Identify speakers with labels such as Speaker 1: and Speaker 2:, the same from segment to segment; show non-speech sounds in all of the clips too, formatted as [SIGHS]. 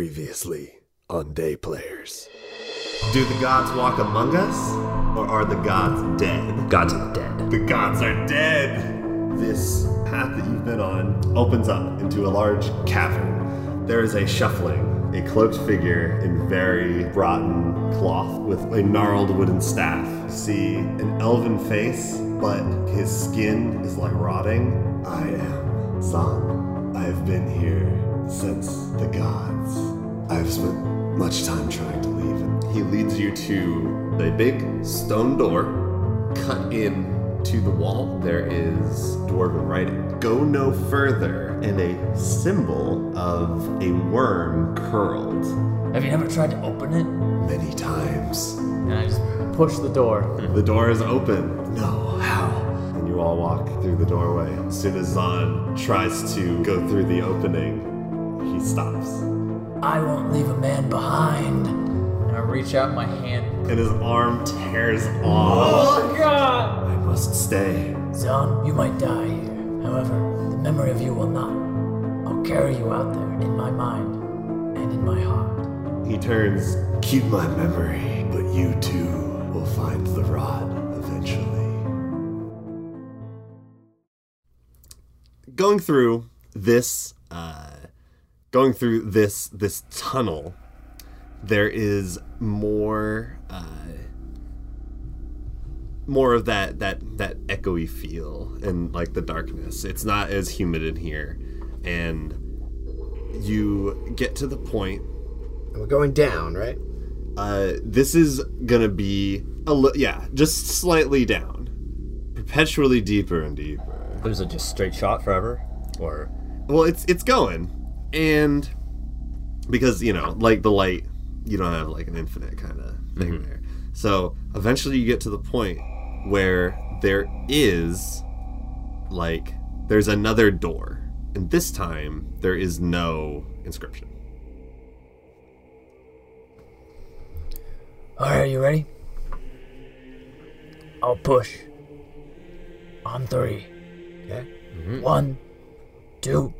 Speaker 1: Previously on Day Players.
Speaker 2: Do the gods walk among us? Or are the gods dead?
Speaker 3: God's are dead.
Speaker 2: The gods are dead! This path that you've been on opens up into a large cavern. There is a shuffling, a cloaked figure in very rotten cloth with a gnarled wooden staff. You see an elven face, but his skin is like rotting. I am Zan. I've been here since the gods. I've spent much time trying to leave. and He leads you to a big stone door cut in to the wall. There is dwarven writing. Go no further, and a symbol of a worm curled.
Speaker 3: Have you ever tried to open it?
Speaker 1: Many times.
Speaker 3: And I just push the door.
Speaker 2: The door is open. No, how? And you all walk through the doorway. As soon as Zahn tries to go through the opening, he stops.
Speaker 3: I won't leave a man behind. And I reach out my hand.
Speaker 2: And his arm tears off.
Speaker 3: Oh, God!
Speaker 2: I must stay.
Speaker 3: Zone, you might die here. However, the memory of you will not. I'll carry you out there in my mind and in my heart.
Speaker 2: He turns.
Speaker 1: Keep my memory, but you too will find the rod eventually.
Speaker 2: Going through this, uh, going through this this tunnel, there is more, uh, more of that that that echoey feel and like the darkness. It's not as humid in here, and you get to the point
Speaker 4: We're going down, right?
Speaker 2: Uh, this is gonna be a li- yeah, just slightly down, perpetually deeper and deeper.
Speaker 5: It was a just straight shot forever, or
Speaker 2: Well, it's it's going, and because you know, like the light, you don't have like an infinite kind of thing there. So eventually, you get to the point where there is like there's another door, and this time there is no inscription.
Speaker 3: Alright, are you ready? I'll push. On three.
Speaker 4: Okay.
Speaker 5: Mm-hmm.
Speaker 3: One, two,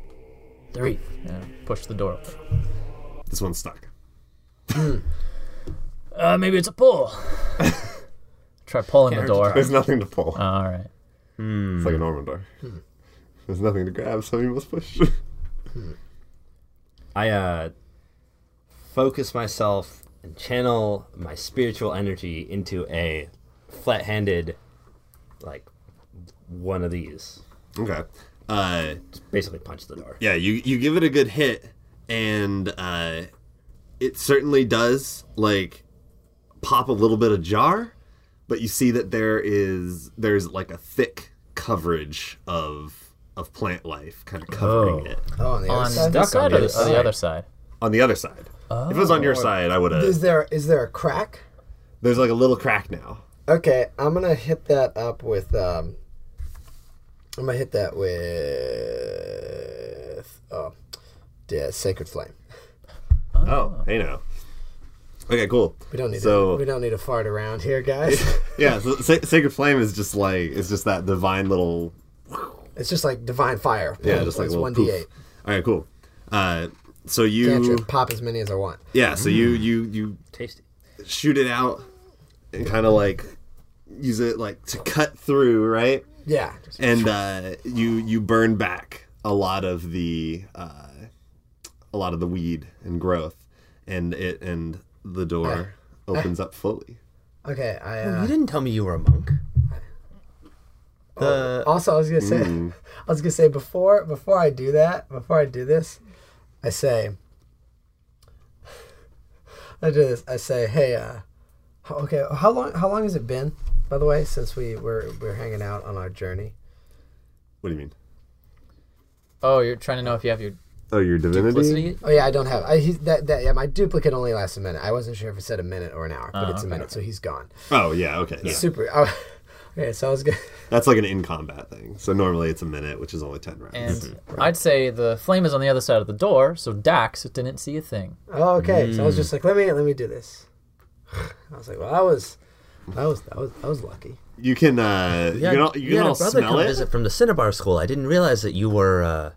Speaker 3: three. And I push the door open.
Speaker 2: This one's stuck.
Speaker 3: Uh, maybe it's a pull. Try pulling the door.
Speaker 2: There's nothing to pull.
Speaker 3: All right.
Speaker 2: It's like a normal door. There's nothing to grab, so you must push. [LAUGHS]
Speaker 5: I uh, focus myself and channel my spiritual energy into a flat-handed, like one of these.
Speaker 2: okay. Uh,
Speaker 5: Just basically punch the door.
Speaker 2: yeah, you you give it a good hit, and uh, it certainly does like pop a little bit ajar, but you see that there is there's like a thick coverage of of plant life kind of covering it
Speaker 4: Oh, on the
Speaker 3: on
Speaker 4: other side.
Speaker 3: this
Speaker 5: Stuck on
Speaker 3: side or
Speaker 5: the
Speaker 3: the,
Speaker 5: other
Speaker 3: the other side?
Speaker 2: on the other side. if it was on your
Speaker 4: Oh.
Speaker 2: side, I would
Speaker 4: Is
Speaker 2: have.
Speaker 4: there is there a crack?
Speaker 2: There's like a little crack now.
Speaker 4: Okay, I'm gonna hit that up with um. I'm gonna hit that with oh, yeah, sacred flame.
Speaker 2: Oh, hey now. Okay, cool.
Speaker 4: We don't need
Speaker 2: so
Speaker 4: a, we don't need a fart around here,
Speaker 2: [LAUGHS]
Speaker 4: guys. [LAUGHS]
Speaker 2: yeah, so Sa- Sacred Flame is just like it's just that divine little
Speaker 4: it's just like divine fire.
Speaker 2: yeah, just like
Speaker 4: it's
Speaker 2: little
Speaker 4: one
Speaker 2: poof.
Speaker 4: d eight.
Speaker 2: All right, cool. Uh, so you
Speaker 4: Cantrip, pop as many as I want.
Speaker 2: yeah, so you you you
Speaker 5: Tasty.
Speaker 2: shoot it out and kind of like use it like to cut through, right?
Speaker 4: Yeah, just-
Speaker 2: And uh, you you burn back a lot of the uh, a lot of the weed and growth, and it and the door
Speaker 4: Ah.
Speaker 2: opens up fully.
Speaker 4: okay. I uh,
Speaker 5: You didn't tell me you were a monk. The
Speaker 4: Also, I was gonna say, [LAUGHS] I was gonna say before before I do that, before I do this, I say, [SIGHS] I do this. I say, hey, uh, h- okay, how long how long has it been, by the way, since we were we are hanging out on our journey?
Speaker 2: What do you mean?
Speaker 3: Oh, you're trying to know if you have your
Speaker 2: Oh, your divinity.
Speaker 3: duplicity?
Speaker 4: Oh yeah, I don't have. I he's, that that yeah, my duplicate only lasts a minute. I wasn't sure if it said a minute or an hour, but it's a minute, so he's gone.
Speaker 2: Oh yeah, okay. yeah.
Speaker 4: Super. Oh, [LAUGHS] okay, so I was gonna.
Speaker 2: That's like an in combat thing. So normally it's a minute, which is only ten rounds.
Speaker 3: And I'd say the flame is on the other side of the door, so Dax didn't see a thing.
Speaker 4: Oh, okay. So I was just like, let me let me do this. [SIGHS] I was like, well, I was, I was, I was, I was lucky.
Speaker 2: You can uh you can all, you can all smell it.
Speaker 5: visit from the Cinnabar School. I didn't realize that you were uh,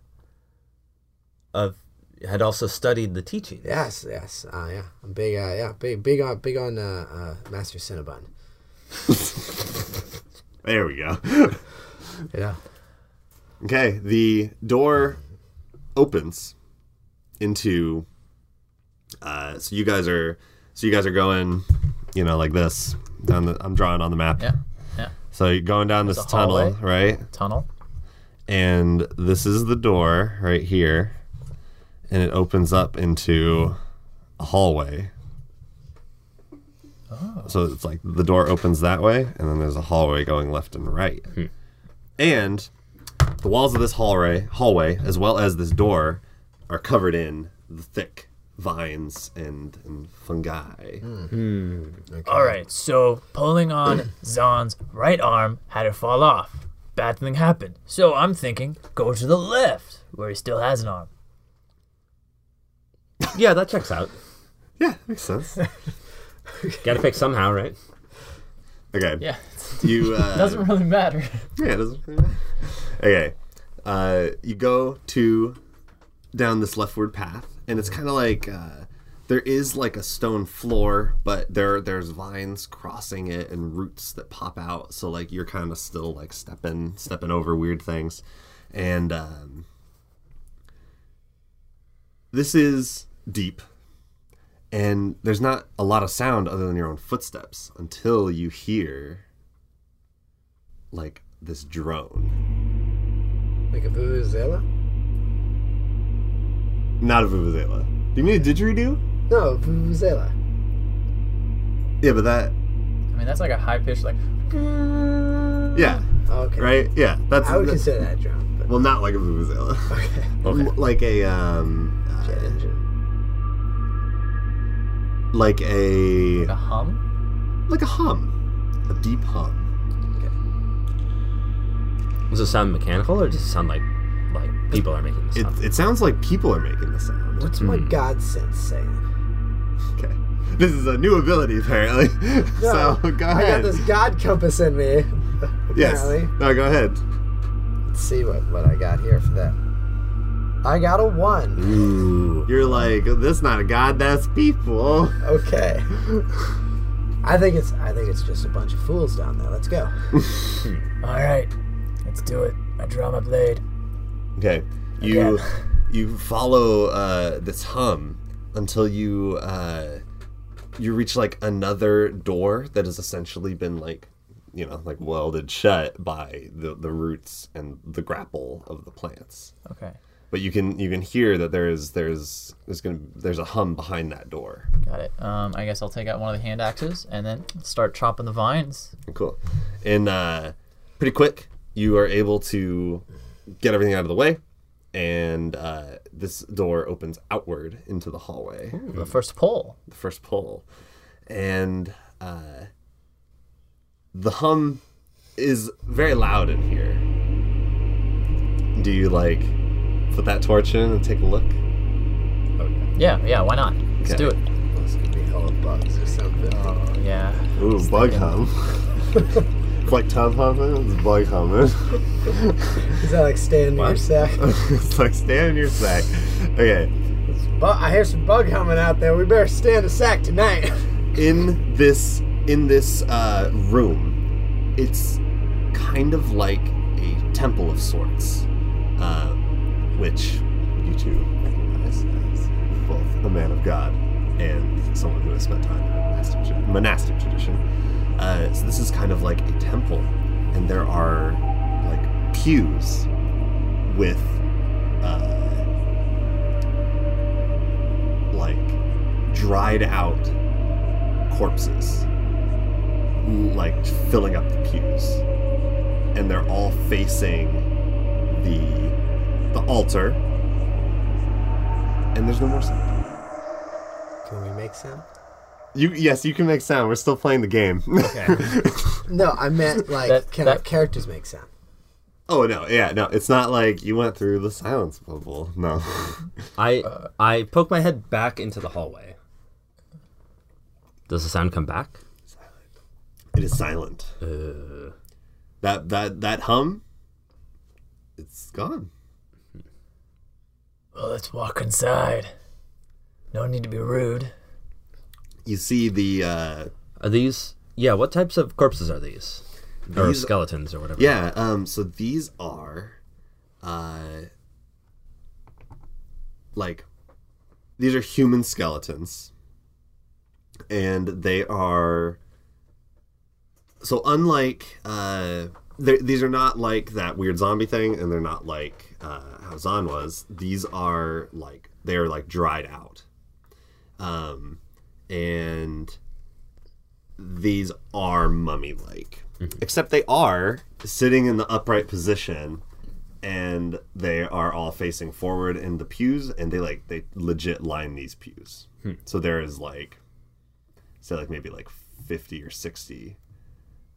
Speaker 5: of had also studied the teaching.
Speaker 4: Yes, yes, uh, yeah. I'm big, uh, yeah, big, big on, big on uh, uh, Master Cinnabon.
Speaker 2: There we go.
Speaker 4: Yeah.
Speaker 2: okay, the door opens into. Uh, so you guys are, so you guys are going, you know, like this. Down the, I'm drawing on the map.
Speaker 6: Yeah. Yeah.
Speaker 2: So you're going down this
Speaker 6: There's a
Speaker 2: tunnel,
Speaker 6: hallway.
Speaker 2: right?
Speaker 6: Tunnel.
Speaker 2: and this is the door right here and it opens up into a hallway
Speaker 6: Oh.
Speaker 2: so it's like the door opens that way and then there's a hallway going left and right
Speaker 6: Hmm.
Speaker 2: and the walls of this hallway hallway as well as this door are covered in the thick vines and, and fungi
Speaker 6: Hmm. All right. So pulling
Speaker 3: [COUGHS]
Speaker 6: on Zahn's right arm had her fall off. Bad thing happened. So I'm thinking, go to the left where he still has an arm.
Speaker 5: Yeah, that checks out.
Speaker 2: yeah makes
Speaker 6: [LAUGHS]
Speaker 2: sense
Speaker 5: Got to pick somehow, right?
Speaker 2: okay
Speaker 3: [LAUGHS]
Speaker 6: Yeah.
Speaker 2: you uh,
Speaker 6: [LAUGHS] Doesn't really matter.
Speaker 2: Yeah, it doesn't really matter. Okay. Uh, you go to down this leftward path, and it's kind of like uh, there is like a stone floor, but there there's vines crossing it and roots that pop out. So like you're kind of still like stepping stepping over weird things, and um, this is deep and there's not a lot of sound other than your own footsteps until you hear like this drone.
Speaker 4: Like a vuvuzela?
Speaker 2: Not a vuvuzela. Do you mean a didgeridoo?
Speaker 4: No, vuvuzela.
Speaker 2: Yeah, but that.
Speaker 6: I mean, that's like a high pitch, like
Speaker 2: Yeah.
Speaker 4: Oh, Okay.
Speaker 2: Right. Yeah. That's.
Speaker 4: Uh-huh. I would
Speaker 2: that-
Speaker 4: consider that a drum, but
Speaker 2: well, not like a vuvuzela.
Speaker 4: okay.
Speaker 2: M- Like a um. uh,
Speaker 4: Jet engine.
Speaker 2: like a
Speaker 6: a hum.
Speaker 2: like a hum, a deep hum. Hmm.
Speaker 5: Does it sound mechanical or does it sound like like people are making this
Speaker 2: It
Speaker 5: up?
Speaker 2: it sounds like people are making the sound.
Speaker 4: Uh-huh. What's my god sense saying?
Speaker 2: Okay. This is a new ability apparently. [LAUGHS]
Speaker 4: No,
Speaker 2: so go
Speaker 4: I
Speaker 2: ahead.
Speaker 4: got this god compass in me. [LAUGHS]
Speaker 2: yes.
Speaker 4: Apparently.
Speaker 2: No, go ahead.
Speaker 4: Let's see what, what I got here for that. I got a one.
Speaker 2: Hmm.
Speaker 5: Ooh.
Speaker 2: You're like that's not a god, that's people. [LAUGHS]
Speaker 4: Okay. I think it's I think it's just a bunch of fools down there. Let's go.
Speaker 6: All right, let's do it. I draw my blade.
Speaker 2: Okay. You
Speaker 6: Again.
Speaker 2: you follow uh, this hum until you uh, you reach like another door that has essentially been like you know like welded shut by the the roots and the grapple of the plants.
Speaker 6: Okay,
Speaker 2: But you can you can hear that there's there's there's gonna there's a hum behind that door.
Speaker 6: got it. Um, I guess I'll take out one of the hand axes and then start chopping the vines.
Speaker 2: Cool. And uh, pretty quick, you are able to get everything out of the way, and uh, this door opens outward into the hallway.
Speaker 6: The first pull.
Speaker 2: the first pull, and uh, the hum is very loud in here. Do you like put that torch in and take a look?
Speaker 6: Yeah, yeah. Why not? Let's
Speaker 2: Okay.
Speaker 6: do it.
Speaker 4: This could be hella bugs or something.
Speaker 6: Oh yeah.
Speaker 2: Ooh, bug hum. [LAUGHS] It's like tub humming, it's bug humming.
Speaker 4: Is that like staying near your sack?
Speaker 2: [LAUGHS] it's like stay on your sack. Okay,
Speaker 4: But I hear some bug humming out there. We better stay in the sack tonight.
Speaker 2: in this in this uh, room, it's kind of like a temple of sorts, uh, which you two recognize as both a man of God and someone who has spent time in a monastic, tra- monastic tradition. Uh, so this is kind of like a temple, and there are like pews with uh, like dried out corpses like filling up the pews and they're all facing the the altar and there's no more sound
Speaker 4: Can we make sound?
Speaker 2: you yes you can make sound we're still playing the game
Speaker 4: No, I meant like
Speaker 6: That-
Speaker 4: can our
Speaker 6: that-
Speaker 4: characters make sound?
Speaker 2: [LAUGHS] oh no yeah no it's not like you went through the silence bubble no [LAUGHS]
Speaker 5: I I poke my head back into the hallway. Does the sound come back?
Speaker 2: it is silent that that that hum it's gone
Speaker 6: Well, let's walk inside. No need to be rude.
Speaker 2: You see the uh,
Speaker 5: Are these? Yeah. What types of corpses are these? Or
Speaker 2: These-
Speaker 5: skeletons or whatever.
Speaker 2: yeah. Um, so these are, uh, like, these are human skeletons, and they are. So unlike uh, they're- these are not like that weird zombie thing, and they're not like uh, how Zahn was. These are like they are like dried out, um, and these are mummy like. Except they are sitting in the upright position and they are all facing forward in the pews and they like they legit line these pews. So there is like say like maybe like 50 or 60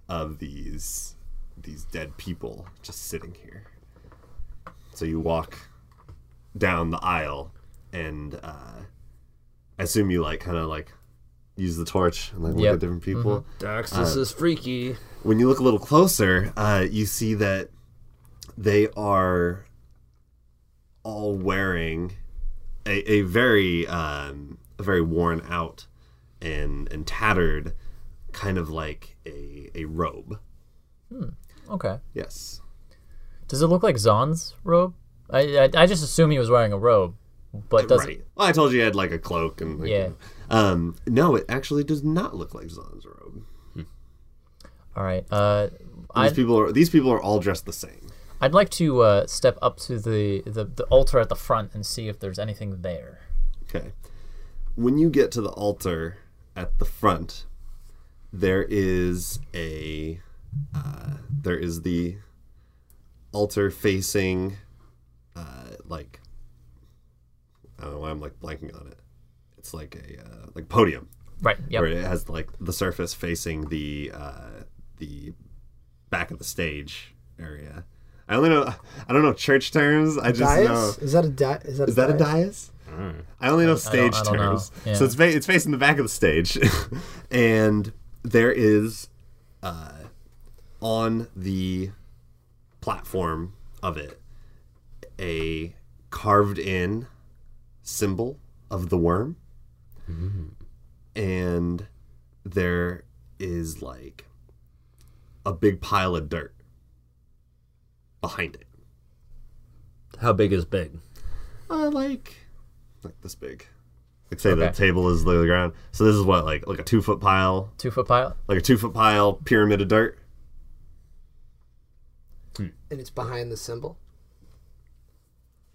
Speaker 2: of these these dead people just sitting here. So you walk down the aisle and uh I assume you like kind of like use the torch and like look
Speaker 6: Yep.
Speaker 2: at different people
Speaker 5: Dax, this is freaky.
Speaker 2: when you look a little closer, uh, you see that they are all wearing a, a very um, a very worn out and and tattered kind of like a a robe.
Speaker 6: Okay.
Speaker 2: Yes.
Speaker 6: Does it look like Zahn's robe? I I, I just assume he was wearing a robe, but does
Speaker 2: right.
Speaker 6: it?
Speaker 2: Well, I told you I had like a cloak and like,
Speaker 6: Yeah.
Speaker 2: Um, no, it actually does not look like Zahn's robe.
Speaker 6: All right. Uh,
Speaker 2: These
Speaker 6: I'd,
Speaker 2: people are these people are all dressed the same.
Speaker 6: I'd like to uh, step up to the, the the altar at the front and see if there's anything there.
Speaker 2: Okay. When you get to the altar at the front, there is a uh, there is the altar facing uh, like I don't know why I'm like blanking on it. It's like a uh, like podium
Speaker 6: Right. Yep.
Speaker 2: where it has like the surface facing the uh, the back of the stage area. I only know I don't know church terms. I just know
Speaker 4: Dais? Is that a di- is that
Speaker 2: is that a dais? I only know stage
Speaker 6: I don't know.
Speaker 2: terms.
Speaker 6: Yeah.
Speaker 2: So it's fa- it's facing the back of the stage, [LAUGHS] and there is uh, on the platform of it a carved in symbol of the worm, and there is like a big pile of dirt behind it.
Speaker 5: How big is big?
Speaker 2: uh, like like this big. Like say the
Speaker 6: Okay.
Speaker 2: table is the ground. So this is what like like a two foot pile,
Speaker 6: Two foot pile.
Speaker 2: like a two foot pile pyramid of dirt.
Speaker 4: And it's behind the symbol.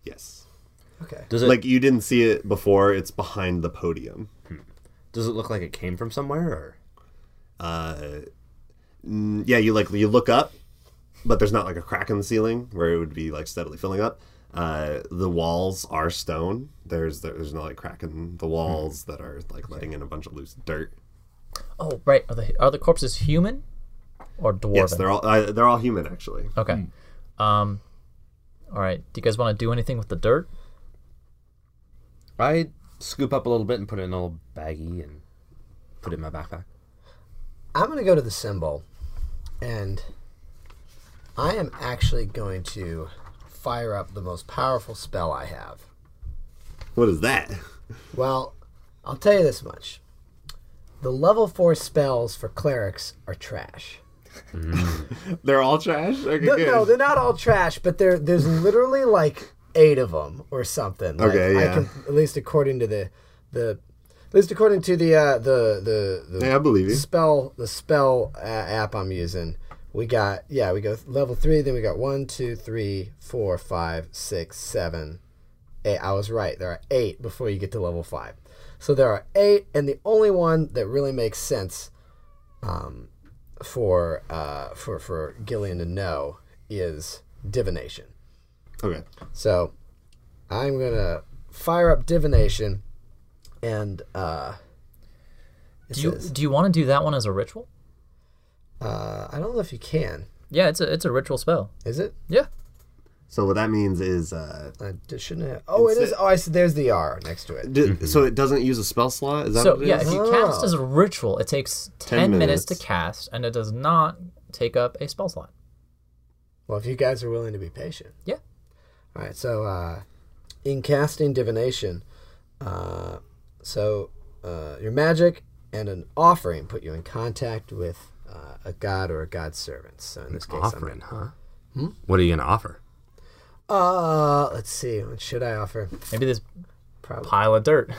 Speaker 2: Yes.
Speaker 4: Okay.
Speaker 5: Does it
Speaker 2: Like you didn't see it before. It's behind the podium.
Speaker 5: does it look like it came from somewhere or?
Speaker 2: Uh, n- yeah, you like you look up, but there's not like a crack in the ceiling where it would be like steadily filling up. Uh, the walls are stone. There's there's no like crack in the walls that are like letting in a bunch of loose dirt.
Speaker 6: Oh, right. Are the are the corpses human or dwarven?
Speaker 2: Yes, they're all uh, they're all human actually.
Speaker 6: Okay. Um. All right. Do you guys want to do anything with the dirt?
Speaker 5: I scoop up a little bit and put it in a little baggie and put it in my backpack.
Speaker 4: I'm going to go to the symbol, and I am actually going to fire up the most powerful spell I have.
Speaker 2: What is that?
Speaker 4: Well, I'll tell you this much: the level four spells for clerics are trash.
Speaker 2: They're all trash. Okay,
Speaker 4: No,
Speaker 2: good.
Speaker 4: no, they're not all trash, but there there's literally like eight of them or something. Like,
Speaker 2: Okay,
Speaker 4: I
Speaker 2: yeah.
Speaker 4: can, at least according to the the, at least according to the uh, the the, the
Speaker 2: Yeah, I believe you.
Speaker 4: spell the spell uh, app I'm using. We got yeah, we go level three. Then we got one, two, three, four, five, six, seven, eight. I was right. There are eight before you get to level five. So there are eight, and the only one that really makes sense um, for uh, for for Gillian to know is divination.
Speaker 2: Okay.
Speaker 4: So I'm gonna fire up divination, and uh, it
Speaker 6: Do you
Speaker 4: says-
Speaker 6: do you want to do that one as a ritual?
Speaker 4: uh, I don't know if you can.
Speaker 6: Yeah, it's a it's a ritual spell.
Speaker 4: Is it?
Speaker 6: Yeah.
Speaker 2: So what that means is, uh,
Speaker 4: I d- shouldn't have. Oh, it
Speaker 2: Instead-
Speaker 4: is. Oh, I see. There's the R next to it.
Speaker 2: d- so it doesn't use a spell slot. Is that
Speaker 6: So
Speaker 2: what it
Speaker 6: yeah,
Speaker 2: is?
Speaker 6: if you cast as a ritual, it takes
Speaker 2: 10
Speaker 6: ten, minutes. to
Speaker 2: minutes.
Speaker 6: cast, and it does not take up a spell slot.
Speaker 4: Well, if you guys are willing to be patient.
Speaker 6: Yeah.
Speaker 4: All right. So uh, in casting divination. Uh, so uh, your magic and an offering put you in contact with uh, a god or a god's servant. So in this case,
Speaker 5: Offering, huh?
Speaker 6: Hmm?
Speaker 5: What are you gonna offer?
Speaker 4: I'm uh, let's see, what should I offer?
Speaker 6: Maybe this
Speaker 4: Probably.
Speaker 6: pile of dirt.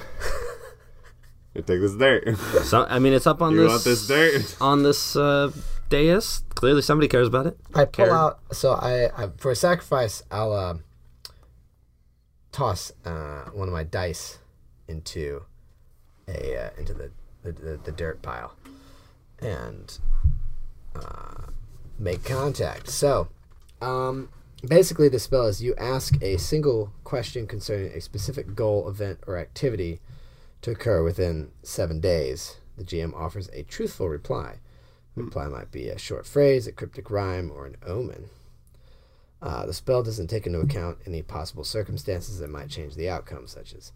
Speaker 2: You take this dirt.
Speaker 5: So I mean, it's up on
Speaker 2: you
Speaker 5: this,
Speaker 2: want this dirt?
Speaker 5: [LAUGHS] on this uh, dais. Clearly, somebody cares about it.
Speaker 4: I pull
Speaker 5: Carrot.
Speaker 4: out. So I, I for a sacrifice, I'll uh, toss uh, one of my dice into a uh, into the, the, the the dirt pile, and uh, make contact. So, um, basically, the spell is you ask a single question concerning a specific goal, event, or activity to occur within seven days. The GM offers a truthful reply. Reply might be a short phrase, a cryptic rhyme, or an omen. Uh, the spell doesn't take into account any possible circumstances that might change the outcome, such as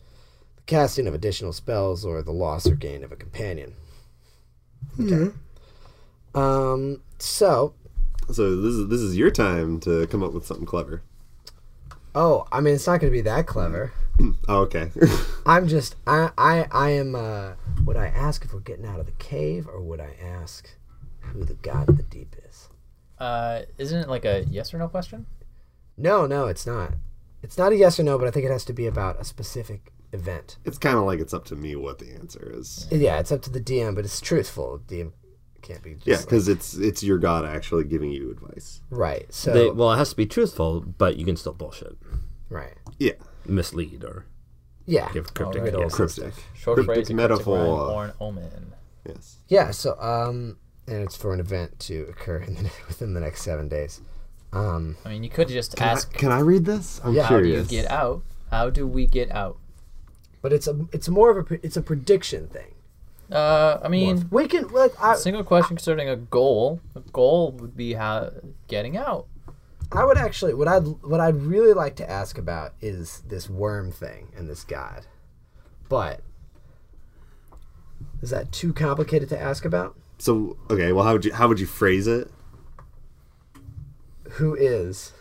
Speaker 4: the casting of additional spells or the loss or gain of a companion. Okay. Um, so,
Speaker 2: [LAUGHS] so this is this is your time to come up with something clever.
Speaker 4: oh, I mean, it's not going to be that clever.
Speaker 2: [CLEARS THROAT] Oh, okay. [LAUGHS]
Speaker 4: I'm just, I, I, I am. Uh, would I ask if we're getting out of the cave, or would I ask who the god of the deep is?
Speaker 6: Uh, isn't it like a yes or no question?
Speaker 4: No, no, it's not. It's not a yes or no, but I think it has to be about a specific event.
Speaker 2: it's kind of like it's up to me what the answer is.
Speaker 4: Yeah, it's up to the DM, but it's truthful. DM can't be just
Speaker 2: Yeah, because it's it's your god actually giving you advice.
Speaker 4: right. So
Speaker 5: They, well, it has to be truthful, but you can still bullshit,
Speaker 4: right.
Speaker 2: Yeah,
Speaker 5: mislead, or
Speaker 4: Yeah.
Speaker 5: give cryptic.
Speaker 6: Alright.
Speaker 5: yes.
Speaker 2: cryptic, cryptic
Speaker 6: Short phrase, a cryptic rhyme,
Speaker 2: metaphor.
Speaker 6: or an omen.
Speaker 2: yes.
Speaker 4: Yeah, so um and it's for an event to occur in the, [LAUGHS] within the next 7 days. Um
Speaker 6: I mean, you could just
Speaker 2: Can I-
Speaker 6: ask,
Speaker 2: can I read this? I'm
Speaker 4: Yeah.
Speaker 6: "How do
Speaker 2: curious.
Speaker 6: you get out? How do we get out?"
Speaker 4: but it's a it's more of a pre- it's a prediction thing.
Speaker 6: Uh, I mean,
Speaker 4: We can like I,
Speaker 6: single question concerning a goal. A goal would be how getting out.
Speaker 4: I would actually what I'd what I'd really like to ask about is this worm thing and this god. But is that too complicated to ask about?
Speaker 2: So okay, well, how would you how would you phrase it?
Speaker 4: Who is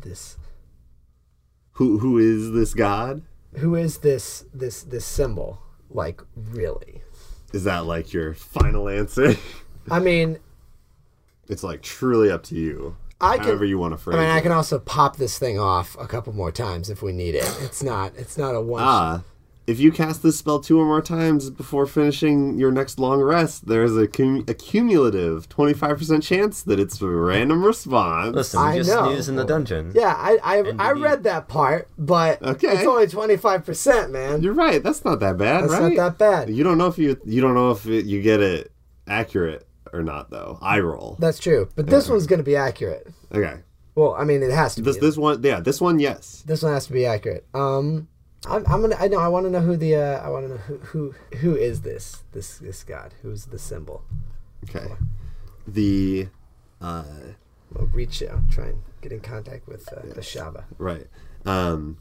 Speaker 4: this
Speaker 2: Who who is this god?
Speaker 4: who is this this this symbol like really
Speaker 2: Is that like your final answer? [LAUGHS]
Speaker 4: i mean
Speaker 2: it's like truly up to you.
Speaker 4: i
Speaker 2: however
Speaker 4: can
Speaker 2: you want to
Speaker 4: i
Speaker 2: phrase
Speaker 4: mean i
Speaker 2: it.
Speaker 4: can also pop this thing off a couple more times if we need it it's not it's not a one
Speaker 2: ah, if you cast this spell two or more times before finishing your next long rest, there is a, cum- a cumulative twenty five percent chance that it's a random response.
Speaker 5: Listen,
Speaker 4: I
Speaker 5: you just
Speaker 4: know.
Speaker 5: snooze in the dungeon.
Speaker 4: yeah i i, I
Speaker 5: NBD.
Speaker 4: read that part but
Speaker 2: Ah. Okay.
Speaker 4: it's only 25% man
Speaker 2: You're right. That's not that bad,
Speaker 4: That's not
Speaker 2: right?
Speaker 4: that bad.
Speaker 2: You don't know if you you don't know if it, you get it accurate or not though. I roll.
Speaker 4: that's true but this one's gonna be accurate
Speaker 2: Okay.
Speaker 4: well i mean it has to
Speaker 2: This
Speaker 4: be
Speaker 2: this one yeah, this one yes.
Speaker 4: this one has to be accurate um I'm, I'm gonna. I know. I want to know who the. Uh, I want to know who, who. Who is this? This this god? Who's the symbol?
Speaker 2: Okay. The uh
Speaker 4: We'll reach out. Try and get in contact with uh, the Shava.
Speaker 2: right. Um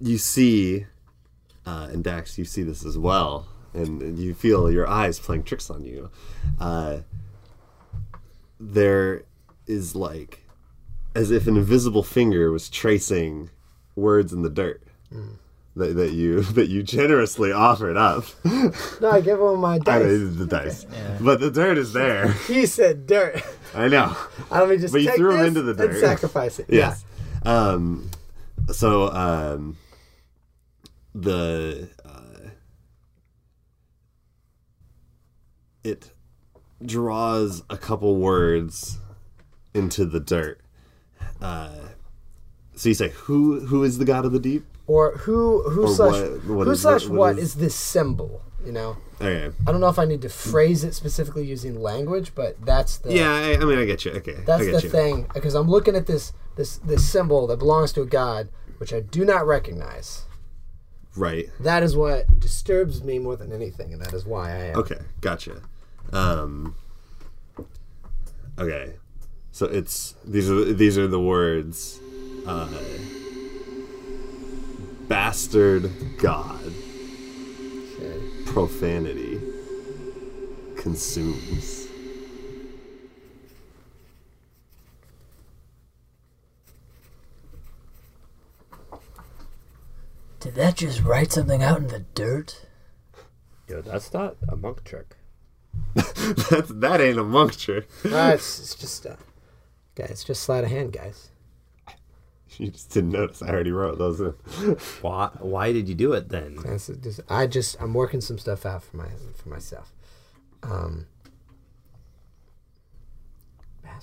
Speaker 2: you see uh and Dax, you see this as well. And, and you feel your eyes playing tricks on you. Uh there is like as if an invisible finger was tracing words in the dirt. That, that you [LAUGHS] that you generously offered up. [LAUGHS]
Speaker 4: No, I give him my
Speaker 2: I
Speaker 4: dice.
Speaker 2: mean, the dice, but the dirt is there.
Speaker 4: He said dirt. [LAUGHS]
Speaker 2: I know.
Speaker 4: I don't mean just
Speaker 2: But you
Speaker 4: take
Speaker 2: threw him
Speaker 4: this
Speaker 2: into the
Speaker 4: and
Speaker 2: dirt.
Speaker 4: sacrifice it.
Speaker 2: Yes. Um, so um, the uh, it draws a couple words into the dirt. Uh, so you say, "Who who is the god of the deep?"
Speaker 4: Yeah. Or who who slash
Speaker 2: what- what
Speaker 4: who
Speaker 2: is-
Speaker 4: slash
Speaker 2: what- what
Speaker 4: what
Speaker 2: is-
Speaker 4: is this symbol? You know,
Speaker 2: Okay.
Speaker 4: I don't know if I need to phrase it specifically using language, but that's the
Speaker 2: Yeah, I, I mean, I get you. Okay, I
Speaker 4: that's
Speaker 2: get
Speaker 4: the
Speaker 2: you.
Speaker 4: thing because I'm looking at this this this symbol that belongs to a god which I do not recognize.
Speaker 2: Right.
Speaker 4: That is what disturbs me more than anything, and that is why I [LAUGHS] am.
Speaker 2: Okay, gotcha. Um, okay, so it's these are these are the words, uh, bastard god,
Speaker 4: Okay.
Speaker 2: profanity, consumes. [LAUGHS]
Speaker 6: Did that just write something out in the dirt?
Speaker 5: Yo, that's not a monk trick.
Speaker 2: That's, that ain't a monk trick.
Speaker 4: Uh, it's, it's just, uh, guys, it's just sleight of hand, guys.
Speaker 2: [LAUGHS] You just didn't notice. I already wrote those in.
Speaker 5: Why? Why did you do it then?
Speaker 4: That's it, just- I just, I'm working some stuff out for my for myself. Um,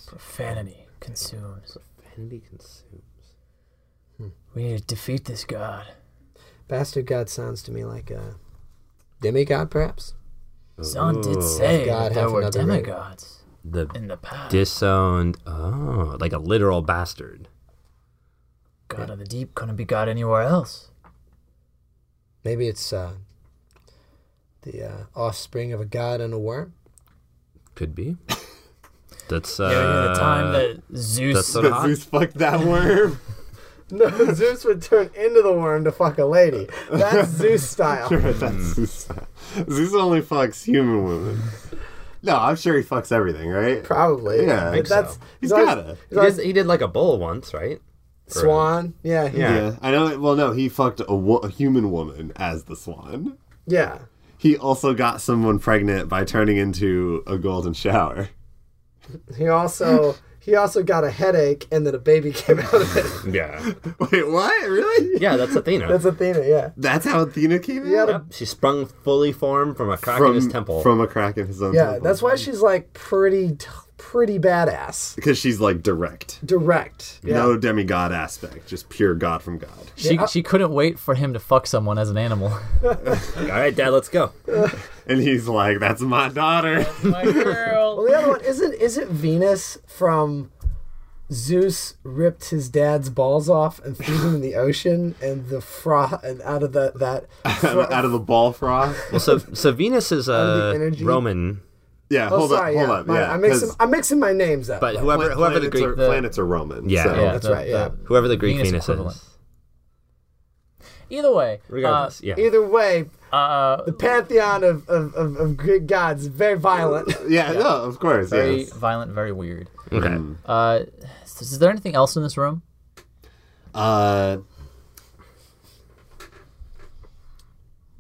Speaker 6: Profanity consumes.
Speaker 5: Profanity consumes.
Speaker 6: We need to defeat this god.
Speaker 4: bastard god sounds to me like a demigod, perhaps.
Speaker 6: Zahn
Speaker 5: Ooh.
Speaker 6: did say
Speaker 4: God
Speaker 6: that there
Speaker 4: have
Speaker 6: were
Speaker 4: another rating?
Speaker 6: demigods
Speaker 5: The
Speaker 6: in the past.
Speaker 5: disowned. Oh, like a literal bastard.
Speaker 6: god of the deep couldn't be god anywhere else.
Speaker 4: Maybe it's uh, the uh, offspring of a god and a worm.
Speaker 5: Could be. That's uh.
Speaker 6: Yeah, yeah, the time that
Speaker 5: that's
Speaker 6: Zeus
Speaker 5: so
Speaker 2: But [LAUGHS]
Speaker 5: hot.
Speaker 2: Zeus fucked that worm. [LAUGHS]
Speaker 4: No, Zeus would turn into the worm to fuck a lady.
Speaker 2: [LAUGHS]
Speaker 4: That's Zeus style.
Speaker 2: That's Zeus. Zeus only fucks human women. No, I'm sure he fucks everything, right?
Speaker 4: Probably.
Speaker 2: Yeah, I
Speaker 4: But
Speaker 2: think
Speaker 4: that's
Speaker 5: so.
Speaker 2: He's
Speaker 4: always-
Speaker 2: gotta.
Speaker 5: He did, he did like a bull once, right?
Speaker 4: Swan. Yeah. he-
Speaker 5: Yeah.
Speaker 2: Yeah. I know. Well, no, he fucked a, wo- a human woman as the swan.
Speaker 4: Yeah.
Speaker 2: He also got someone pregnant by turning into a golden shower. [LAUGHS]
Speaker 4: He also he also got a headache and then a baby [LAUGHS] came out of it.
Speaker 5: Yeah.
Speaker 2: Wait, what? Really?
Speaker 5: Yeah, that's Athena.
Speaker 4: That's Athena, yeah.
Speaker 2: That's how Athena came
Speaker 4: He had
Speaker 2: out?
Speaker 4: a-
Speaker 5: She sprung fully formed from a crack in his temple.
Speaker 2: From a crack in his own
Speaker 4: yeah,
Speaker 2: temple.
Speaker 4: that's why she's like pretty pretty badass.
Speaker 2: Because she's like direct.
Speaker 4: Direct. Yeah.
Speaker 2: No demigod aspect, just pure god from god.
Speaker 7: She, she couldn't wait for him to fuck someone as an animal.
Speaker 5: All right, Dad, let's go.
Speaker 2: And he's like, that's my
Speaker 4: [LAUGHS]
Speaker 2: daughter.
Speaker 6: My girl.
Speaker 4: Well, the other one isn't isn't Venus from Zeus ripped his dad's balls off and threw them in the ocean and the fro and out of the that
Speaker 2: [LAUGHS] out of the ball froth.
Speaker 5: Well, so so Venus is
Speaker 4: the
Speaker 5: a
Speaker 4: energy.
Speaker 5: Roman,
Speaker 2: Yeah,
Speaker 4: Oh,
Speaker 2: hold
Speaker 4: sorry,
Speaker 2: up, hold
Speaker 4: yeah.
Speaker 2: up.
Speaker 4: my-
Speaker 2: yeah,
Speaker 4: I'm mixing
Speaker 2: 'cause
Speaker 4: I'm mixing my names up.
Speaker 5: but
Speaker 4: right?
Speaker 2: pla-
Speaker 5: whoever whoever the
Speaker 2: planets
Speaker 5: Greek
Speaker 2: are,
Speaker 7: the-
Speaker 2: planets are Roman.
Speaker 5: Yeah.
Speaker 2: so-
Speaker 4: that's right, yeah.
Speaker 5: whoever the Greek
Speaker 7: Venus
Speaker 5: Venus,
Speaker 7: equivalent.
Speaker 5: is,
Speaker 6: [LAUGHS] Either way, uh,
Speaker 5: regardless, yeah.
Speaker 4: Either way,
Speaker 6: uh,
Speaker 4: the pantheon of, of, of, of Greek gods is very violent. [LAUGHS]
Speaker 2: Yeah, no, of course.
Speaker 7: Very
Speaker 2: yes. Mm.
Speaker 7: violent, very weird.
Speaker 5: okay.
Speaker 7: Uh, is is there anything else in this room?
Speaker 2: Uh,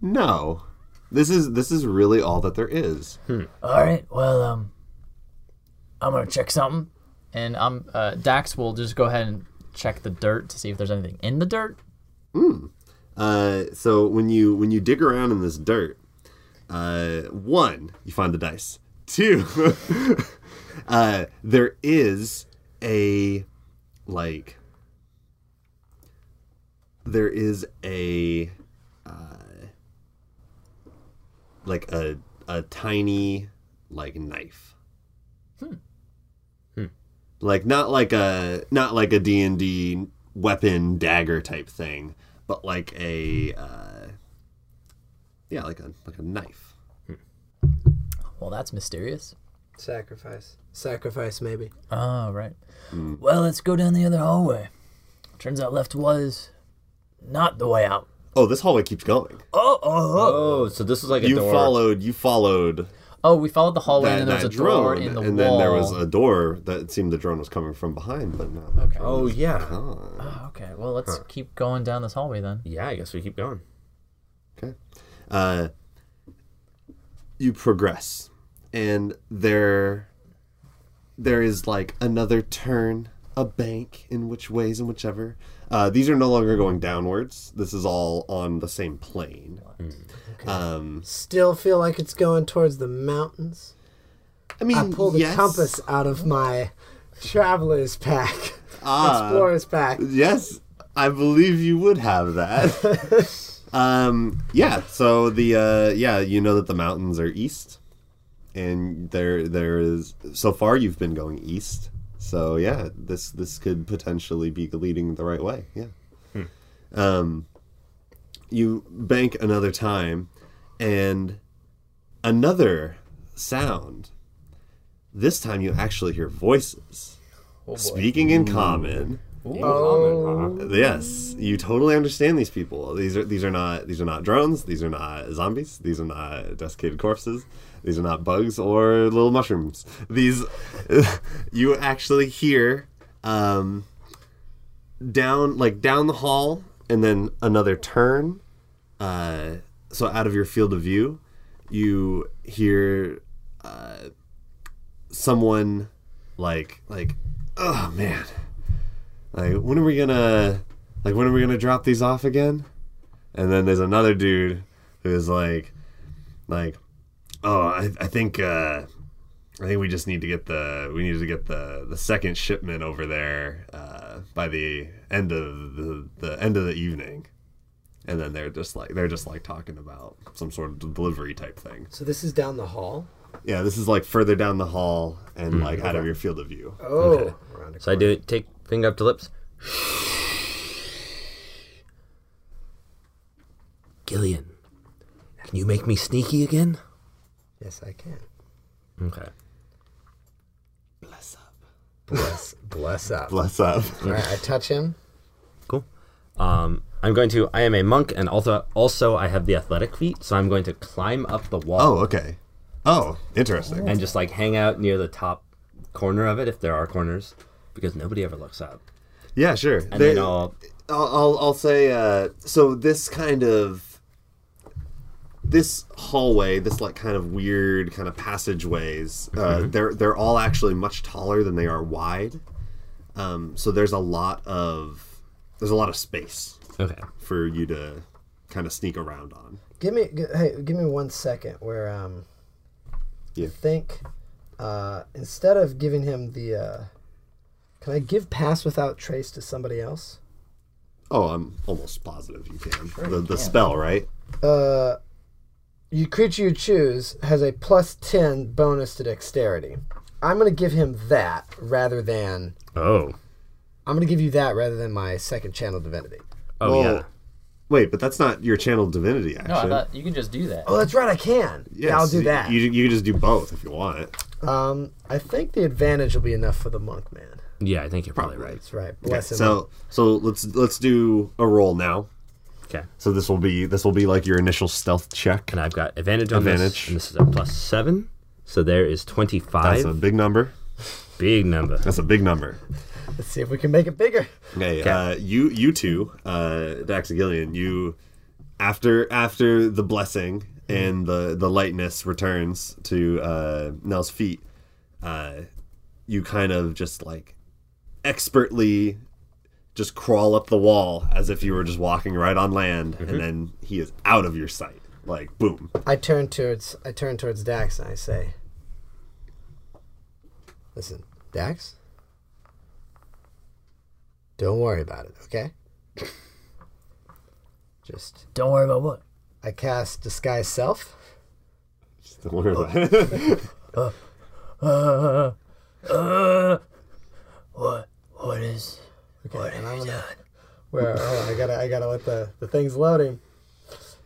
Speaker 2: no, this is this is really all that there is.
Speaker 6: all right. Well, um, I'm gonna check something.
Speaker 7: And I'm uh, Dax will just go ahead and check the dirt to see if there's anything in the dirt.
Speaker 2: Uh, so when you when you dig around in this dirt, uh, one you find the dice. Two, [LAUGHS] uh, there is a like there is a uh, like a a tiny like knife. Like not like a not like a D and D weapon dagger type thing, but like a uh, yeah like a like a knife.
Speaker 7: Well, that's mysterious.
Speaker 4: Sacrifice. Sacrifice, maybe.
Speaker 6: Oh, right.
Speaker 2: Mm.
Speaker 6: Well, let's go down the other hallway. Turns out left was not the way out.
Speaker 2: Oh, this hallway keeps going.
Speaker 6: Oh, oh, oh.
Speaker 5: Oh, so this is like a
Speaker 2: you
Speaker 5: door.
Speaker 2: followed you followed
Speaker 7: Oh, we followed the hallway
Speaker 2: that,
Speaker 7: and then there
Speaker 2: that
Speaker 7: was a door
Speaker 2: drone,
Speaker 7: in the
Speaker 2: and then
Speaker 7: wall.
Speaker 2: there was a door that it seemed the drone was coming from behind, but no.
Speaker 5: Oh yeah,
Speaker 7: Okay, well let's keep going down this hallway then.
Speaker 5: yeah. I guess we keep going.
Speaker 2: Okay. Uh, you progress, and there, there is like another turn, a bank in which ways and whichever. Uh, these are no longer going downwards. This is all on the same plane. Um,
Speaker 4: Still feel like it's going towards the mountains.
Speaker 2: I mean,
Speaker 4: I pulled
Speaker 2: Mm, yes,
Speaker 4: a compass out of my traveler's pack,
Speaker 2: [LAUGHS] Ah.
Speaker 4: explorer's pack.
Speaker 2: Yes, I believe you would have that. um, yeah. So the uh, yeah, you know that the mountains are east, and there there is so far you've been going east. So yeah, this this could potentially be leading the right way. Yeah. Um, you bank another time, and another sound. This time you actually hear voices speaking in common. Uh-huh. Yes, you totally understand these people. These are these are not these are not drones. These are not zombies. These are not desiccated corpses. These are not bugs or little mushrooms. These [LAUGHS] you actually hear um, down like down the hall and then another turn. Uh, so out of your field of view, you hear uh, someone like like, oh man, like when are we gonna like when are we gonna drop these off again? And then there's another dude who's like like, oh I I think. Uh, I think we just need to get the we need to get the the second shipment over there uh, by the end of the, the end of the evening, and then they're just like they're just like talking about some sort of delivery type thing.
Speaker 4: So this is down the hall.
Speaker 2: Yeah, this is like further down the hall and like out of your field of view.
Speaker 4: Oh, around a
Speaker 5: So I do it. Take finger up to lips. Gillian, can you make me sneaky again?
Speaker 4: yes, I can.
Speaker 5: Okay.
Speaker 4: Bless, [LAUGHS] bless up.
Speaker 2: Bless up.
Speaker 4: All right, I touch him.
Speaker 5: Cool. Um, I'm going to. I am a monk, and also also I have the athletic feet, so I'm going to climb up the wall
Speaker 2: Oh, okay. Oh, interesting.
Speaker 5: and just like hang out near the top corner of it, if there are corners, because nobody ever looks up.
Speaker 2: Yeah, sure.
Speaker 5: And then I'll
Speaker 2: I'll, I'll, I'll say uh, so this kind of this hallway this like kind of weird kind of passageways uh, they're they're all actually much taller than they are wide um, so there's a lot of there's a lot of space
Speaker 5: okay.
Speaker 2: for you to kind of sneak around on
Speaker 4: Give me, g- hey, give me one second. Where um,
Speaker 2: Yeah.
Speaker 4: think uh, instead of giving him the, uh, can I give pass without trace to somebody else?
Speaker 2: oh i'm almost positive you can the, the spell right
Speaker 4: Uh, you creature you choose has a plus ten bonus to dexterity. I'm gonna give him that rather than
Speaker 5: Oh.
Speaker 4: I'm gonna give you that rather than my second channel divinity.
Speaker 5: Oh
Speaker 2: Well,
Speaker 5: yeah.
Speaker 2: wait but that's not your channel divinity action
Speaker 7: No, I thought you can just do that.
Speaker 4: Oh, that's right, I can. yeah, I'll
Speaker 2: Yes,
Speaker 4: do
Speaker 2: you-
Speaker 4: that.
Speaker 2: you, you can just do both if you want
Speaker 4: um, I think the advantage will be enough for the monk man.
Speaker 5: Yeah, I think you're probably right.
Speaker 4: That's right. Bless him.
Speaker 2: so so let's let's do a roll now
Speaker 5: Okay.
Speaker 2: So this will be this will be like your initial stealth check.
Speaker 5: And I've got advantage on
Speaker 2: Advantage.
Speaker 5: this. And this is a plus seven. So there is
Speaker 2: That's a
Speaker 5: 25.
Speaker 2: big number.
Speaker 5: Big number.
Speaker 2: That's a big number.
Speaker 4: Let's see if we can make it bigger.
Speaker 2: Okay, Uh, you you two, uh, Dax and Gillian, you after after the blessing and the the lightness returns to uh, Nell's feet, uh, you kind of just like expertly just crawl up the wall as if you were just walking right on land, and then he is out of your sight. Like boom.
Speaker 4: I turn towards I turn towards Dax and I say, "Listen, Dax, don't worry about it, okay? [LAUGHS] Just
Speaker 6: Don't worry about what.
Speaker 4: I cast disguise self.
Speaker 2: Don't worry about it. [LAUGHS]
Speaker 6: Uh, What? What is? What
Speaker 4: and I'm
Speaker 6: have you
Speaker 4: gonna-
Speaker 6: done?
Speaker 4: Where hold on, I gotta I gotta let the the thing's loading.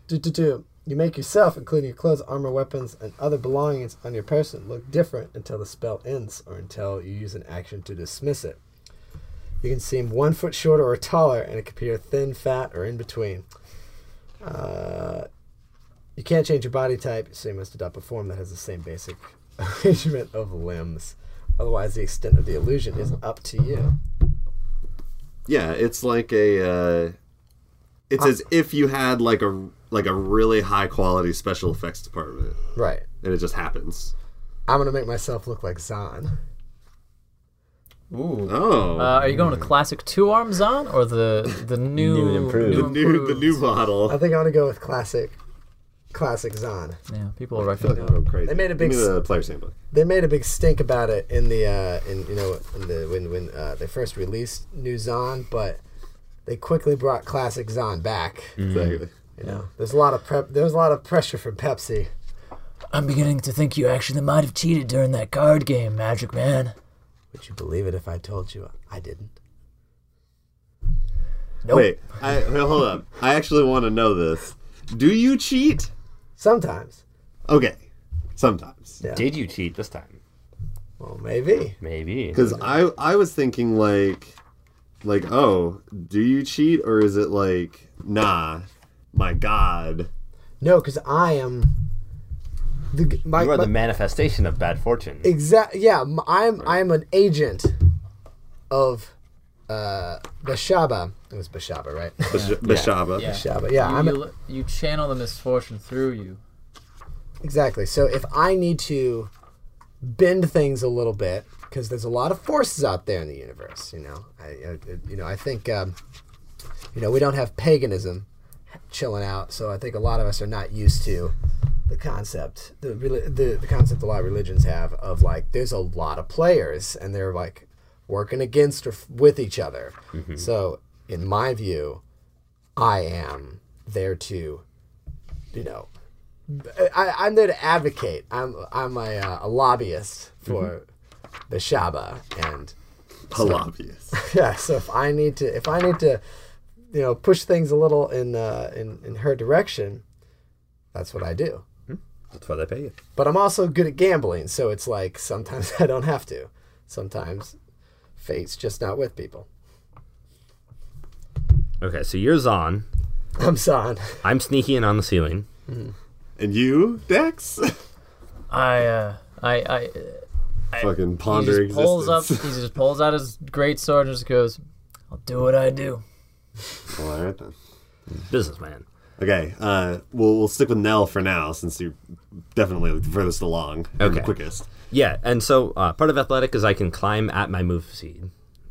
Speaker 4: Do do do. You make yourself, including your clothes, armor, weapons, and other belongings on your person, look different until the spell ends or until you use an action to dismiss it. You can seem one foot shorter or taller, and it can appear thin, fat, or in between. Uh, you can't change your body type, so you must adopt a form that has the same basic [LAUGHS] arrangement of limbs. Otherwise, the extent of the illusion is up to you.
Speaker 2: Yeah, it's like a. Uh, it's as if you had like a like a really high quality special effects department,
Speaker 4: Right.
Speaker 2: and it just happens.
Speaker 4: I'm gonna make myself look like Zahn.
Speaker 7: Ooh.
Speaker 2: Oh,
Speaker 7: Uh, are you going to classic two arms on or the the new
Speaker 5: New and improved.
Speaker 7: new
Speaker 5: The
Speaker 2: new, the
Speaker 7: improved?
Speaker 2: new
Speaker 4: I
Speaker 2: model.
Speaker 4: think I'm gonna go with classic, classic Zahn.
Speaker 7: Yeah, people will recognize.
Speaker 2: Oh, crazy!
Speaker 4: They made a big
Speaker 2: Give me
Speaker 4: s-
Speaker 2: the player's handbook.
Speaker 4: They made a big stink about it in the uh, in you know in the when when uh, they first released new Zahn, but they quickly brought classic Zahn back.
Speaker 2: Exactly.
Speaker 4: You know, there's a lot of prep. There was a lot of pressure from Pepsi.
Speaker 6: I'm beginning to think you actually might have cheated during that card game, Magic Man.
Speaker 4: Would you believe it if I told you I didn't?
Speaker 6: Nope.
Speaker 2: Wait, I wait, hold up. I actually want to know this. Do you cheat?
Speaker 4: Sometimes.
Speaker 2: Okay, sometimes.
Speaker 4: Yeah.
Speaker 5: Did you cheat this time?
Speaker 4: Well, maybe.
Speaker 5: Maybe.
Speaker 2: Because I I was thinking like, like oh, do you cheat or is it like nah? My God.
Speaker 4: No, because I am. The, g- my,
Speaker 5: You are
Speaker 4: my,
Speaker 5: the manifestation of bad fortune.
Speaker 4: Exact. Yeah, m- I'm. I'm an agent of uh, Bashaba. It was Bashaba, right?
Speaker 2: Bash- Bashaba.
Speaker 7: Yeah.
Speaker 4: Bashaba. Yeah,
Speaker 7: you,
Speaker 4: I'm
Speaker 7: you, you channel the misfortune through you.
Speaker 4: Exactly. So if I need to bend things a little bit, because there's a lot of forces out there in the universe, you know, I, I you know, I think, um, you know, we don't have paganism chilling out, so I think a lot of us are not used to the concept, the reli- the, the concept a lot of religions have of like there's a lot of players and they're like working against or f- with each other. So in my view, I am there to, you know, I, I'm there to advocate. I'm I'm a, uh, a lobbyist for the Shaba, and
Speaker 2: Palabius.
Speaker 4: yeah. So if I need to, if I need to, you know, push things a little in uh, in in her direction, that's what I do.
Speaker 5: That's why they pay you.
Speaker 4: But I'm also good at gambling, so it's like sometimes [LAUGHS] I don't have to. Sometimes fate's just not with people.
Speaker 5: Okay, so you're Zon.
Speaker 4: I'm San.
Speaker 5: I'm sneaky and on the ceiling.
Speaker 2: And you, Dex?
Speaker 6: I uh,
Speaker 7: I, I,
Speaker 2: Fucking
Speaker 7: he
Speaker 2: ponder
Speaker 7: just pulls up.
Speaker 2: existence.
Speaker 7: He just pulls out his great sword and just goes.
Speaker 6: I'll do what I do.
Speaker 2: Well, all right then.
Speaker 5: Businessman.
Speaker 2: Okay, uh, we'll, we'll stick with Nell for now since you're definitely the furthest along and the
Speaker 5: Okay.
Speaker 2: quickest.
Speaker 5: Yeah, and so uh, part of athletic is I can climb at my move speed,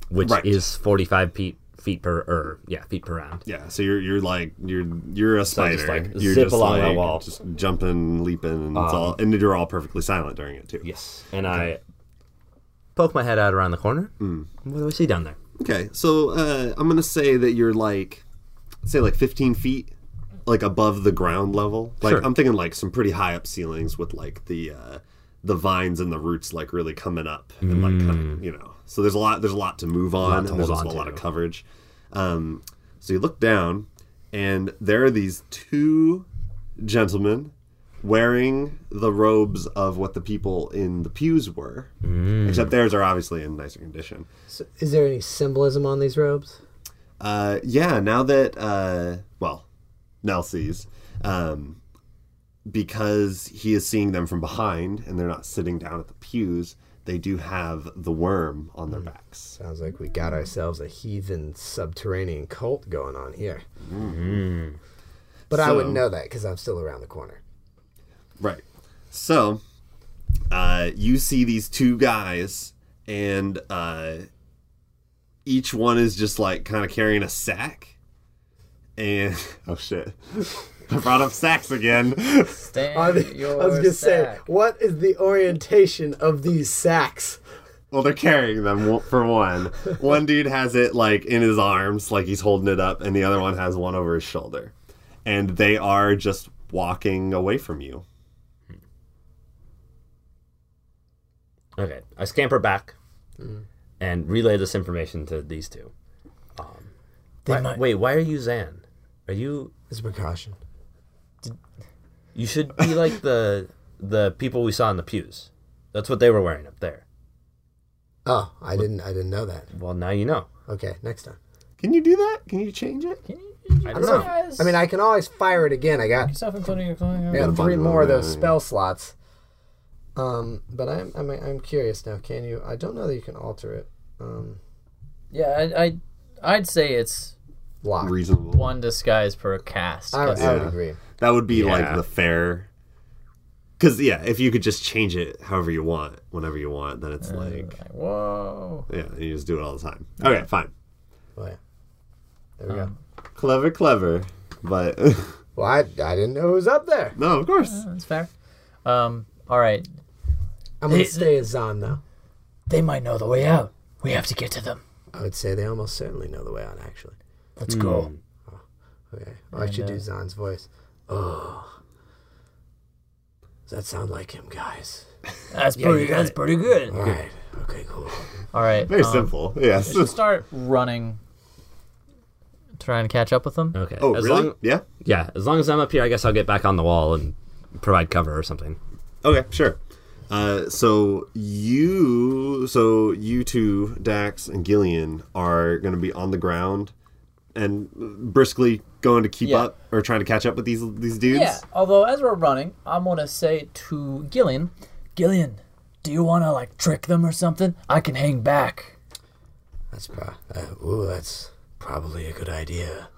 Speaker 5: which
Speaker 2: Right.
Speaker 5: is 45 feet feet per or yeah feet per round.
Speaker 2: Yeah, so you're you're like you're you're a
Speaker 5: I
Speaker 2: spider.
Speaker 5: just, like,
Speaker 2: you're
Speaker 5: zip along that wall. Um,
Speaker 2: just jumping, leaping, and it's all and you're all perfectly silent during it too.
Speaker 5: Yes, and I poke my head out around the corner. What do I see down there?
Speaker 2: Okay, so uh, I'm gonna say that you're like, say like 15 feet, like above the ground level. Like
Speaker 5: Sure.
Speaker 2: I'm thinking like some pretty high up ceilings with like the uh, the vines and the roots like really coming up and like coming, you know. So there's a lot there's a lot to move on.
Speaker 5: Mm. to
Speaker 2: and there's
Speaker 5: hold
Speaker 2: also
Speaker 5: on
Speaker 2: a lot
Speaker 5: to.
Speaker 2: of coverage. Um, so you look down, and there are these two gentlemen wearing the robes of what the people in the pews were,
Speaker 5: Mm.
Speaker 2: except theirs are obviously in nicer condition.
Speaker 4: So is there any symbolism on these robes?
Speaker 2: Uh, yeah, now that uh, well, Nell sees, um, because he is seeing them from behind, and they're not sitting down at the pews. They do have the worm on their backs.
Speaker 4: Sounds like we got ourselves a heathen subterranean cult going on here. Mm-hmm. But I wouldn't
Speaker 2: So-
Speaker 4: know that because I'm still around the corner. [LAUGHS]
Speaker 2: Right. So, uh, you see these two guys, and uh, each one is just like kind of carrying a sack. And [LAUGHS] oh shit, I brought up sacks again. [LAUGHS]
Speaker 7: Stand
Speaker 4: I was
Speaker 7: your
Speaker 4: gonna say,
Speaker 7: sack.
Speaker 4: what is the orientation of these sacks?
Speaker 2: Well, they're carrying them one- for one. One dude has it like in his arms, like he's holding it up, and the other one has one over his shoulder. And they are just walking away from you.
Speaker 5: Okay, I scamper back and relay this information to these two. Um,
Speaker 6: They
Speaker 5: Why-
Speaker 6: might.
Speaker 5: Wait, why are you Zan? Are you?
Speaker 4: As a precaution.
Speaker 5: You should be like the the people we saw in the pews. That's what they were wearing up there.
Speaker 4: Oh, I didn't. I didn't know that.
Speaker 5: Well, now you know.
Speaker 4: Okay, next time.
Speaker 2: Can you do that? Can you change it?
Speaker 5: I
Speaker 4: I
Speaker 5: don't
Speaker 4: don't know.
Speaker 5: know.
Speaker 4: I mean, I can always fire it again. I got,
Speaker 7: Yourself including your clothing.
Speaker 4: I got
Speaker 2: gotta
Speaker 4: three
Speaker 2: find
Speaker 4: more of
Speaker 2: another
Speaker 4: those
Speaker 2: way.
Speaker 4: spell slots. Um, but I'm, I'm, I'm curious now. Can you? I don't know that you can alter it. Um,
Speaker 7: Yeah, I, I, I'd say it's
Speaker 4: lock.
Speaker 2: Reasonable.
Speaker 7: one disguise per cast.
Speaker 4: I,
Speaker 7: 'cause
Speaker 4: I would
Speaker 2: Yeah.
Speaker 4: agree.
Speaker 2: That would be like
Speaker 5: Yeah.
Speaker 2: the fair. Because, yeah, if you could just change it however you want, whenever you want, then
Speaker 7: Uh,
Speaker 2: it's like,
Speaker 7: like, whoa.
Speaker 2: yeah, you just do it all the time. Okay, fine.
Speaker 4: Oh, yeah. There we go.
Speaker 2: Clever, clever. But, [LAUGHS]
Speaker 4: Well, I, I didn't know who was up there.
Speaker 2: no, of course.
Speaker 7: That's fair. Um, all right.
Speaker 4: I'm gonna
Speaker 6: It-
Speaker 4: stay as Zon though.
Speaker 6: They might know the way out. We have to get to them.
Speaker 4: I would say they almost certainly know the way out. Actually.
Speaker 6: Let's
Speaker 2: Hmm.
Speaker 6: go.
Speaker 5: Hmm.
Speaker 4: Okay. Well, I should do Zon's voice. Oh. Does that sound like him, guys?
Speaker 6: That's pretty. That's pretty good.
Speaker 4: All right. Okay, cool.
Speaker 7: All right.
Speaker 2: Very
Speaker 7: um,
Speaker 2: simple. Yes.
Speaker 7: we should start running. Trying to catch up with them.
Speaker 5: Okay.
Speaker 2: Oh,
Speaker 5: as
Speaker 2: really?
Speaker 5: long-
Speaker 2: yeah?
Speaker 5: yeah. As long as I'm up here, I guess I'll get back on the wall and provide cover or something.
Speaker 2: Okay, sure. Uh, so you, so you two, Dax and Gillian, are going to be on the ground and briskly going to keep
Speaker 7: Yeah.
Speaker 2: up or trying to catch up with these these dudes.
Speaker 7: Yeah. Although as we're running, I'm gonna say to Gillian,
Speaker 6: Gillian, do you want to like trick them or something? I can hang back.
Speaker 4: That's pro. Uh, ooh, that's probably a good idea.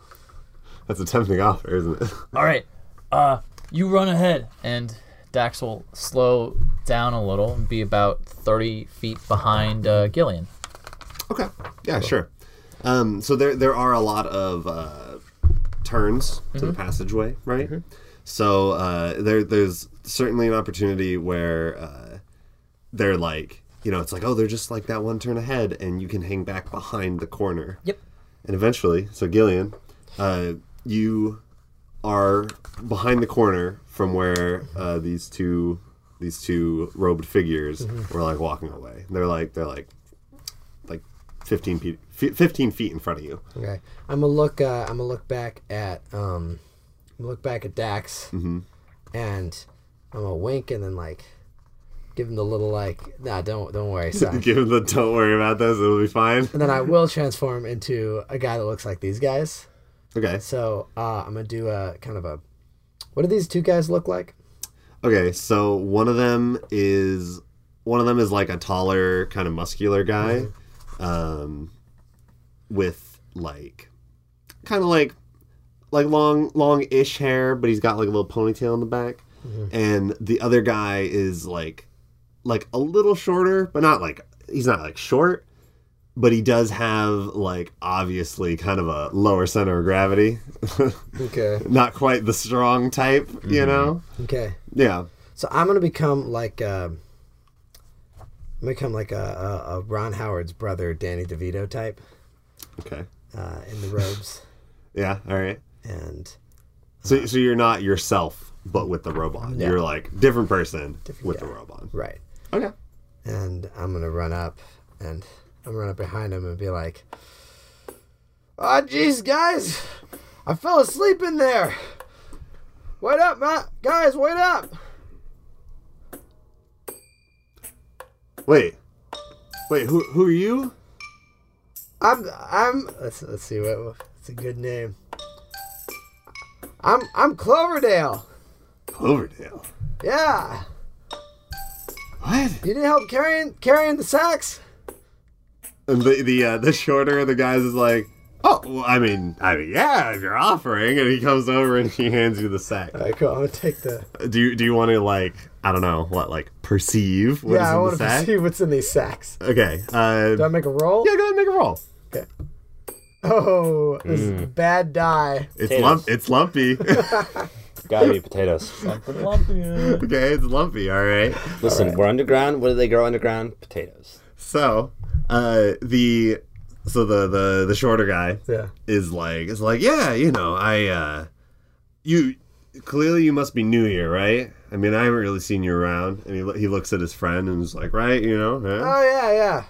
Speaker 2: That's a tempting offer, isn't it? [LAUGHS]
Speaker 7: All right, uh, you run ahead, and Dax will slow down a little and be about thirty feet behind uh, Gillian.
Speaker 2: Okay. Yeah, sure. Um, so there there are a lot of uh, turns to the passageway, right? So uh, there there's certainly an opportunity where uh, they're like, you know, it's like, oh, they're just like that one turn ahead, and you can hang back behind the corner.
Speaker 7: Yep.
Speaker 2: And eventually, so Gillian, uh, you are behind the corner from where uh, these two these two robed figures were like walking away. They're like they're like like 15 feet fi- 15 feet in front of you
Speaker 4: Okay, I'm gonna look. Uh, I'm gonna look back at um, I'm gonna look back at Dax, and I'm gonna wink and then like give him the little like, nah, don't don't worry, son.
Speaker 2: give him the don't worry about this it'll be fine
Speaker 4: and then I will transform into a guy that looks like these guys.
Speaker 2: okay
Speaker 4: So uh, I'm gonna do a kind of a. What do these two guys look like?
Speaker 2: okay so one of them is one of them is like a taller kind of muscular guy um with like kind of like like long long ish hair but he's got like a little ponytail in the back and the other guy is like like a little shorter but not like he's not like short but he does have like obviously kind of a lower center of gravity [LAUGHS]
Speaker 4: Okay.
Speaker 2: not quite the strong type you know
Speaker 4: Okay.
Speaker 2: yeah
Speaker 4: So I'm gonna become like uh, I'm gonna become like a, a, a Ron Howard's brother, Danny DeVito type,
Speaker 2: okay
Speaker 4: uh, in the robes,
Speaker 2: yeah all right
Speaker 4: and
Speaker 2: so, so you're not yourself but with the robot you're like different person with the
Speaker 4: guy.
Speaker 2: robot
Speaker 4: right.
Speaker 2: okay
Speaker 4: And I'm gonna run up, and I'm gonna run up behind him and be like, "Oh, jeez, guys, I fell asleep in there. Wait up, Matt. guys, wait up."
Speaker 2: wait wait who, who are you
Speaker 4: I'm I'm let's let's see what what's a good name. I'm I'm Cloverdale.
Speaker 2: cloverdale
Speaker 4: Yeah.
Speaker 2: what
Speaker 4: You didn't help carrying carrying the sacks?
Speaker 2: And the the uh, the shorter of the guys is like, oh, well, I mean, I mean, yeah, if you're offering, and he comes over and he hands you the sack.
Speaker 4: Alright, cool. I'm gonna take the
Speaker 2: Do you do you want to like, I don't know, what like perceive what is
Speaker 4: Yeah, I
Speaker 2: in
Speaker 4: wanna
Speaker 2: the sack?
Speaker 4: see what's in these sacks.
Speaker 2: Okay, uh,
Speaker 4: Do I make a roll?
Speaker 2: yeah, go ahead and make a roll.
Speaker 4: Oh this is a bad die.
Speaker 2: It's
Speaker 5: Potatoes.
Speaker 2: lump, it's lumpy. [LAUGHS]
Speaker 5: Gotta be [LAUGHS] potatoes.
Speaker 2: okay, it's lumpy. All right.
Speaker 5: Listen, we're underground. What do they grow underground? Potatoes.
Speaker 2: So, uh, the so the the the shorter guy
Speaker 4: Yeah.
Speaker 2: is like is like, yeah, you know, I uh you clearly you must be new here, right? I mean, I haven't really seen you around. And he, lo- he looks at his friend and is like, right, you know, yeah.
Speaker 4: Oh yeah, yeah.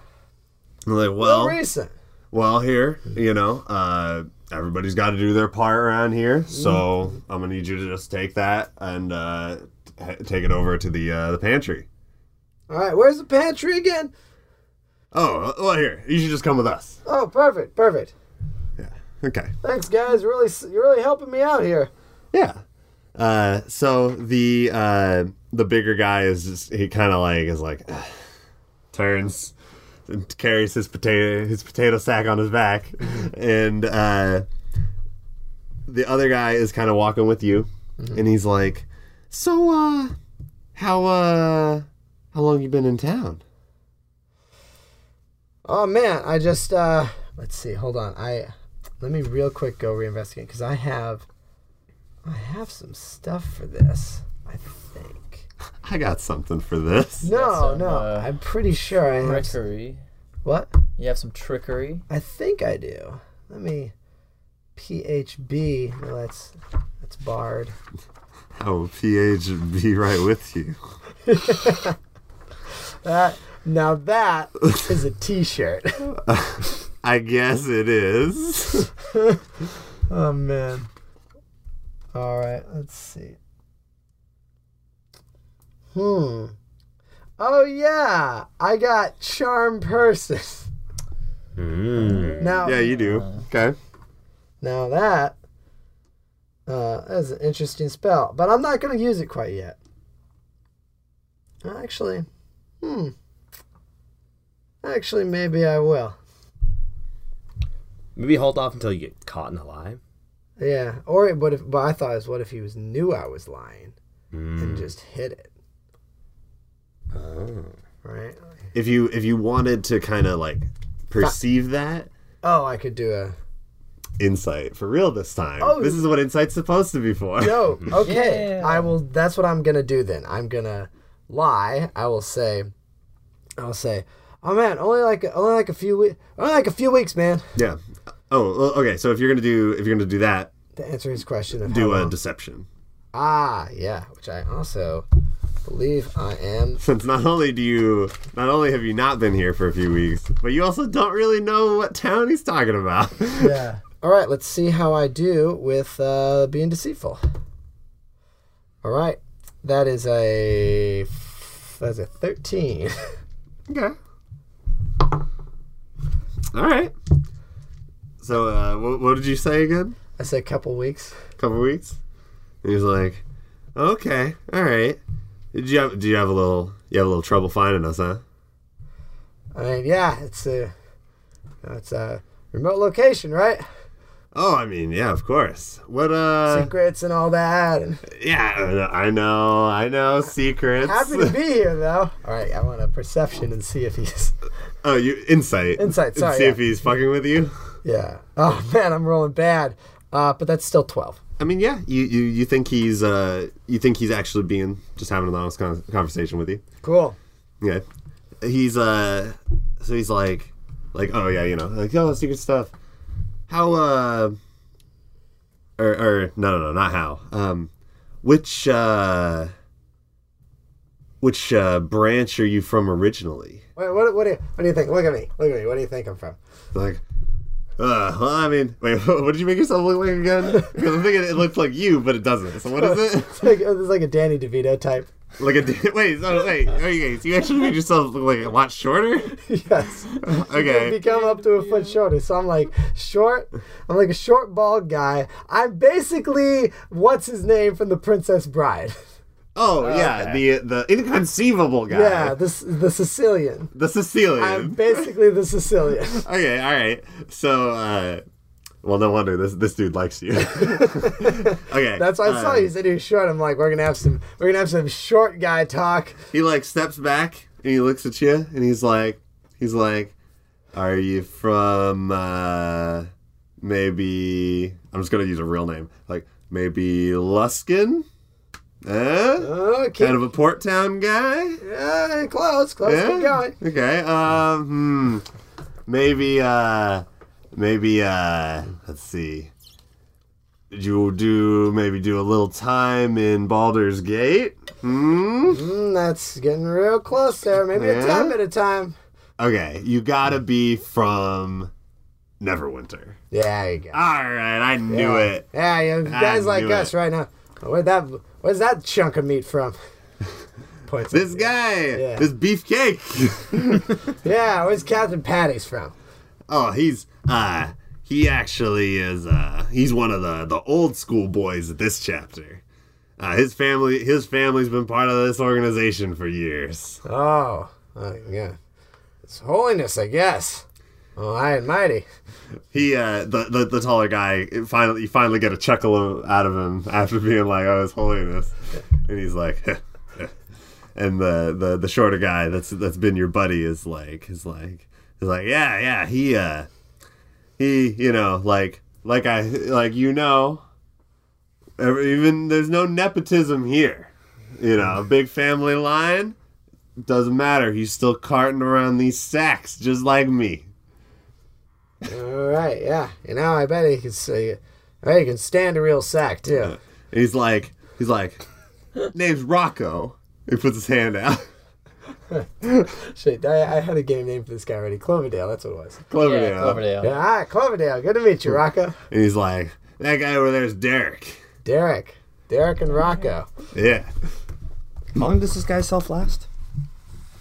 Speaker 2: I'm like, well,
Speaker 4: Well, recent.
Speaker 2: well, here, you know, uh, everybody's got to do their part around here. So I'm gonna need you to just take that and uh, t- take it over to the uh, the pantry.
Speaker 4: Alright, where's the pantry again?
Speaker 2: Oh, well, here, you should just come with us.
Speaker 4: Oh perfect, perfect.
Speaker 2: Yeah. Okay.
Speaker 4: Thanks guys, really s- you're really helping me out here.
Speaker 2: Yeah. Uh, so the uh, the bigger guy is just he kind of like is like turns and carries his potato his potato sack on his back, and uh, the other guy is kind of walking with you, and he's like, "So uh, how uh, how long you been in town?"
Speaker 4: Oh man, I just uh let's see, hold on. I let me real quick go reinvestigate because I have I have some stuff for this, I think.
Speaker 2: I got something for this.
Speaker 4: No,
Speaker 7: some,
Speaker 4: no.
Speaker 7: uh,
Speaker 4: I'm pretty sure I have. s-
Speaker 7: Trickery.
Speaker 4: What?
Speaker 7: You have some trickery.
Speaker 4: I think I do. Let me. PHB. Well, that's that's barred. [LAUGHS]
Speaker 2: I will ph be right with you. [LAUGHS]
Speaker 4: That now that is a T-shirt.
Speaker 2: I guess it is. [LAUGHS]
Speaker 4: [LAUGHS] oh man. All right. Let's see. Hmm. Oh yeah, I got charm person.
Speaker 5: Hmm.
Speaker 4: Now,
Speaker 2: Hmm. yeah, you do.
Speaker 7: Oh. Uh,
Speaker 2: Okay.
Speaker 4: Now that uh, that is an interesting spell, but I'm not going to use it quite yet. Actually, hmm. Actually, maybe I will.
Speaker 5: Maybe hold off until you get caught in a lie.
Speaker 4: Yeah. Or what if? But I thought is what if he was knew I was lying and just hid it. Oh. Right.
Speaker 2: If you if you wanted to kind of like perceive that
Speaker 4: Oh, I could do a.
Speaker 2: insight for real this time, this is what insight's supposed to be for.
Speaker 4: Yo, okay. I will. That's what I'm gonna do then. I'm gonna lie. I will say. I'll say. Oh man, only like only like a few weeks. Only like a few weeks, man.
Speaker 2: [LAUGHS] Yeah. Oh, well, okay. So if you're gonna do if you're gonna do that,
Speaker 4: To answer his question of
Speaker 2: do
Speaker 4: how
Speaker 2: a
Speaker 4: long-
Speaker 2: deception. [LAUGHS]
Speaker 4: ah yeah, which I also believe I am.
Speaker 2: Since not only do you not only have you not been here for a few weeks, but you also don't really know what town he's talking about. [LAUGHS]
Speaker 4: Yeah. All right, let's see how I do with uh, being deceitful. All right, that is a that's a thirteen. [LAUGHS]
Speaker 2: Okay. All right. So, uh, what, what did you say again?
Speaker 4: I said couple weeks.
Speaker 2: A couple weeks? And he's like, "Okay, all right." Did you have? Do you have a little? You have a little trouble finding us, huh?
Speaker 4: I mean, yeah, it's a it's a remote location, right?
Speaker 2: Oh, I mean, yeah, of course. What? Uh,
Speaker 4: Secrets and all that. And
Speaker 2: yeah, I know- I know, I know, secrets.
Speaker 4: happy to be here, though. All right, I want a perception and see if he's.
Speaker 2: [LAUGHS] oh, you insight.
Speaker 4: Insight, sorry,
Speaker 2: See if
Speaker 4: yeah.
Speaker 2: he's fucking with you.
Speaker 4: Yeah. Oh man, I'm rolling bad. Uh, but that's still twelve.
Speaker 2: I mean, yeah, you, you, you think he's uh, you think he's actually being just having an honest con- conversation with you.
Speaker 4: Cool.
Speaker 2: Yeah. He's uh so he's like like oh yeah, you know, like oh secret stuff. How uh or or no no no not how. Um which uh which uh branch are you from originally?
Speaker 4: What, what, what, do you, what do you think? Look at me. Look at me. What do you think I'm from?
Speaker 2: Like uh, well, I mean, wait, [LAUGHS] what did you make yourself look like again? Because I'm thinking it looks like you, but it doesn't. So what is
Speaker 4: [LAUGHS]
Speaker 2: it?
Speaker 4: It's like, it's like a Danny DeVito type.
Speaker 2: Like a wait, so, wait, okay, so you actually made yourself look like a lot shorter.
Speaker 4: Yes.
Speaker 2: [LAUGHS] Okay,
Speaker 4: Become up to a foot shorter. So I'm like short. I'm like a short, bald guy. I'm basically what's his name from The Princess Bride. [LAUGHS]
Speaker 2: Oh yeah, the the inconceivable guy. [LAUGHS]
Speaker 4: Yeah, this the Sicilian.
Speaker 2: the Sicilian.
Speaker 4: I'm basically the Sicilian.
Speaker 2: [LAUGHS] okay, all right. So, uh, well, no wonder this this dude likes
Speaker 4: [LAUGHS]
Speaker 2: you. okay,
Speaker 4: That's why I saw
Speaker 2: uh,
Speaker 4: you. You said he was short. I'm like, we're gonna have some, we're gonna have some short guy talk.
Speaker 2: He like steps back and he looks at you and he's like, he's like, are you from uh, maybe? I'm just gonna use a real name, like maybe Luskin.
Speaker 4: Uh,
Speaker 2: Eh?
Speaker 4: Okay,
Speaker 2: Kind of a port town guy.
Speaker 4: Uh, close, close.
Speaker 2: Yeah.
Speaker 4: Keep going.
Speaker 2: Okay. Um. hmm. Maybe. Uh. Maybe. Uh. Let's see. Did you do maybe do a little time in Baldur's Gate? Hmm.
Speaker 4: Mm, that's getting real close there. Maybe a
Speaker 2: Yeah.
Speaker 4: time at a time.
Speaker 2: Okay. You gotta be from Neverwinter.
Speaker 4: Yeah, you go.
Speaker 2: All right. I knew it.
Speaker 4: Yeah, you guys like
Speaker 2: knew
Speaker 4: us
Speaker 2: it.
Speaker 4: right now. Where that? Where's that chunk of
Speaker 2: [LAUGHS]
Speaker 4: meat from? Points.
Speaker 2: This
Speaker 4: at-
Speaker 2: guy.
Speaker 4: Yeah.
Speaker 2: This beefcake. [LAUGHS]
Speaker 4: Yeah, where's Captain Patty's from?
Speaker 2: Oh, he's uh he actually is uh he's one of the the old school boys at this chapter. Uh, his family his family's been part of this organization for years.
Speaker 4: Oh, uh, yeah. It's holiness, I guess. Oh, high and mighty.
Speaker 2: He uh the the, the taller guy it finally you finally get a chuckle out of him after being like, "Oh, his holiness." And he's like [LAUGHS] And the, the the shorter guy that's that's been your buddy is like is like is like, "Yeah, yeah, he uh he, you know, like like I like you know, every, even there's no nepotism here. You know, big family line doesn't matter. He's still carting around these sacks just like me.
Speaker 4: All right, yeah. You know, I bet he can see. I bet he can stand a real sack too.
Speaker 2: And he's like, he's like, name's Rocco. He puts his hand out. [LAUGHS]
Speaker 4: Shit, I, I had a game name for this guy already. Cloverdale, that's what it was.
Speaker 2: Cloverdale.
Speaker 7: Yeah, Cloverdale.
Speaker 4: Yeah, hi, Cloverdale. Good to meet you, Rocco.
Speaker 2: And he's like, that guy over there's Derek.
Speaker 4: Derek, Derek,
Speaker 2: [LAUGHS]
Speaker 4: and Rocco.
Speaker 2: Yeah.
Speaker 5: How long does this guy's self last?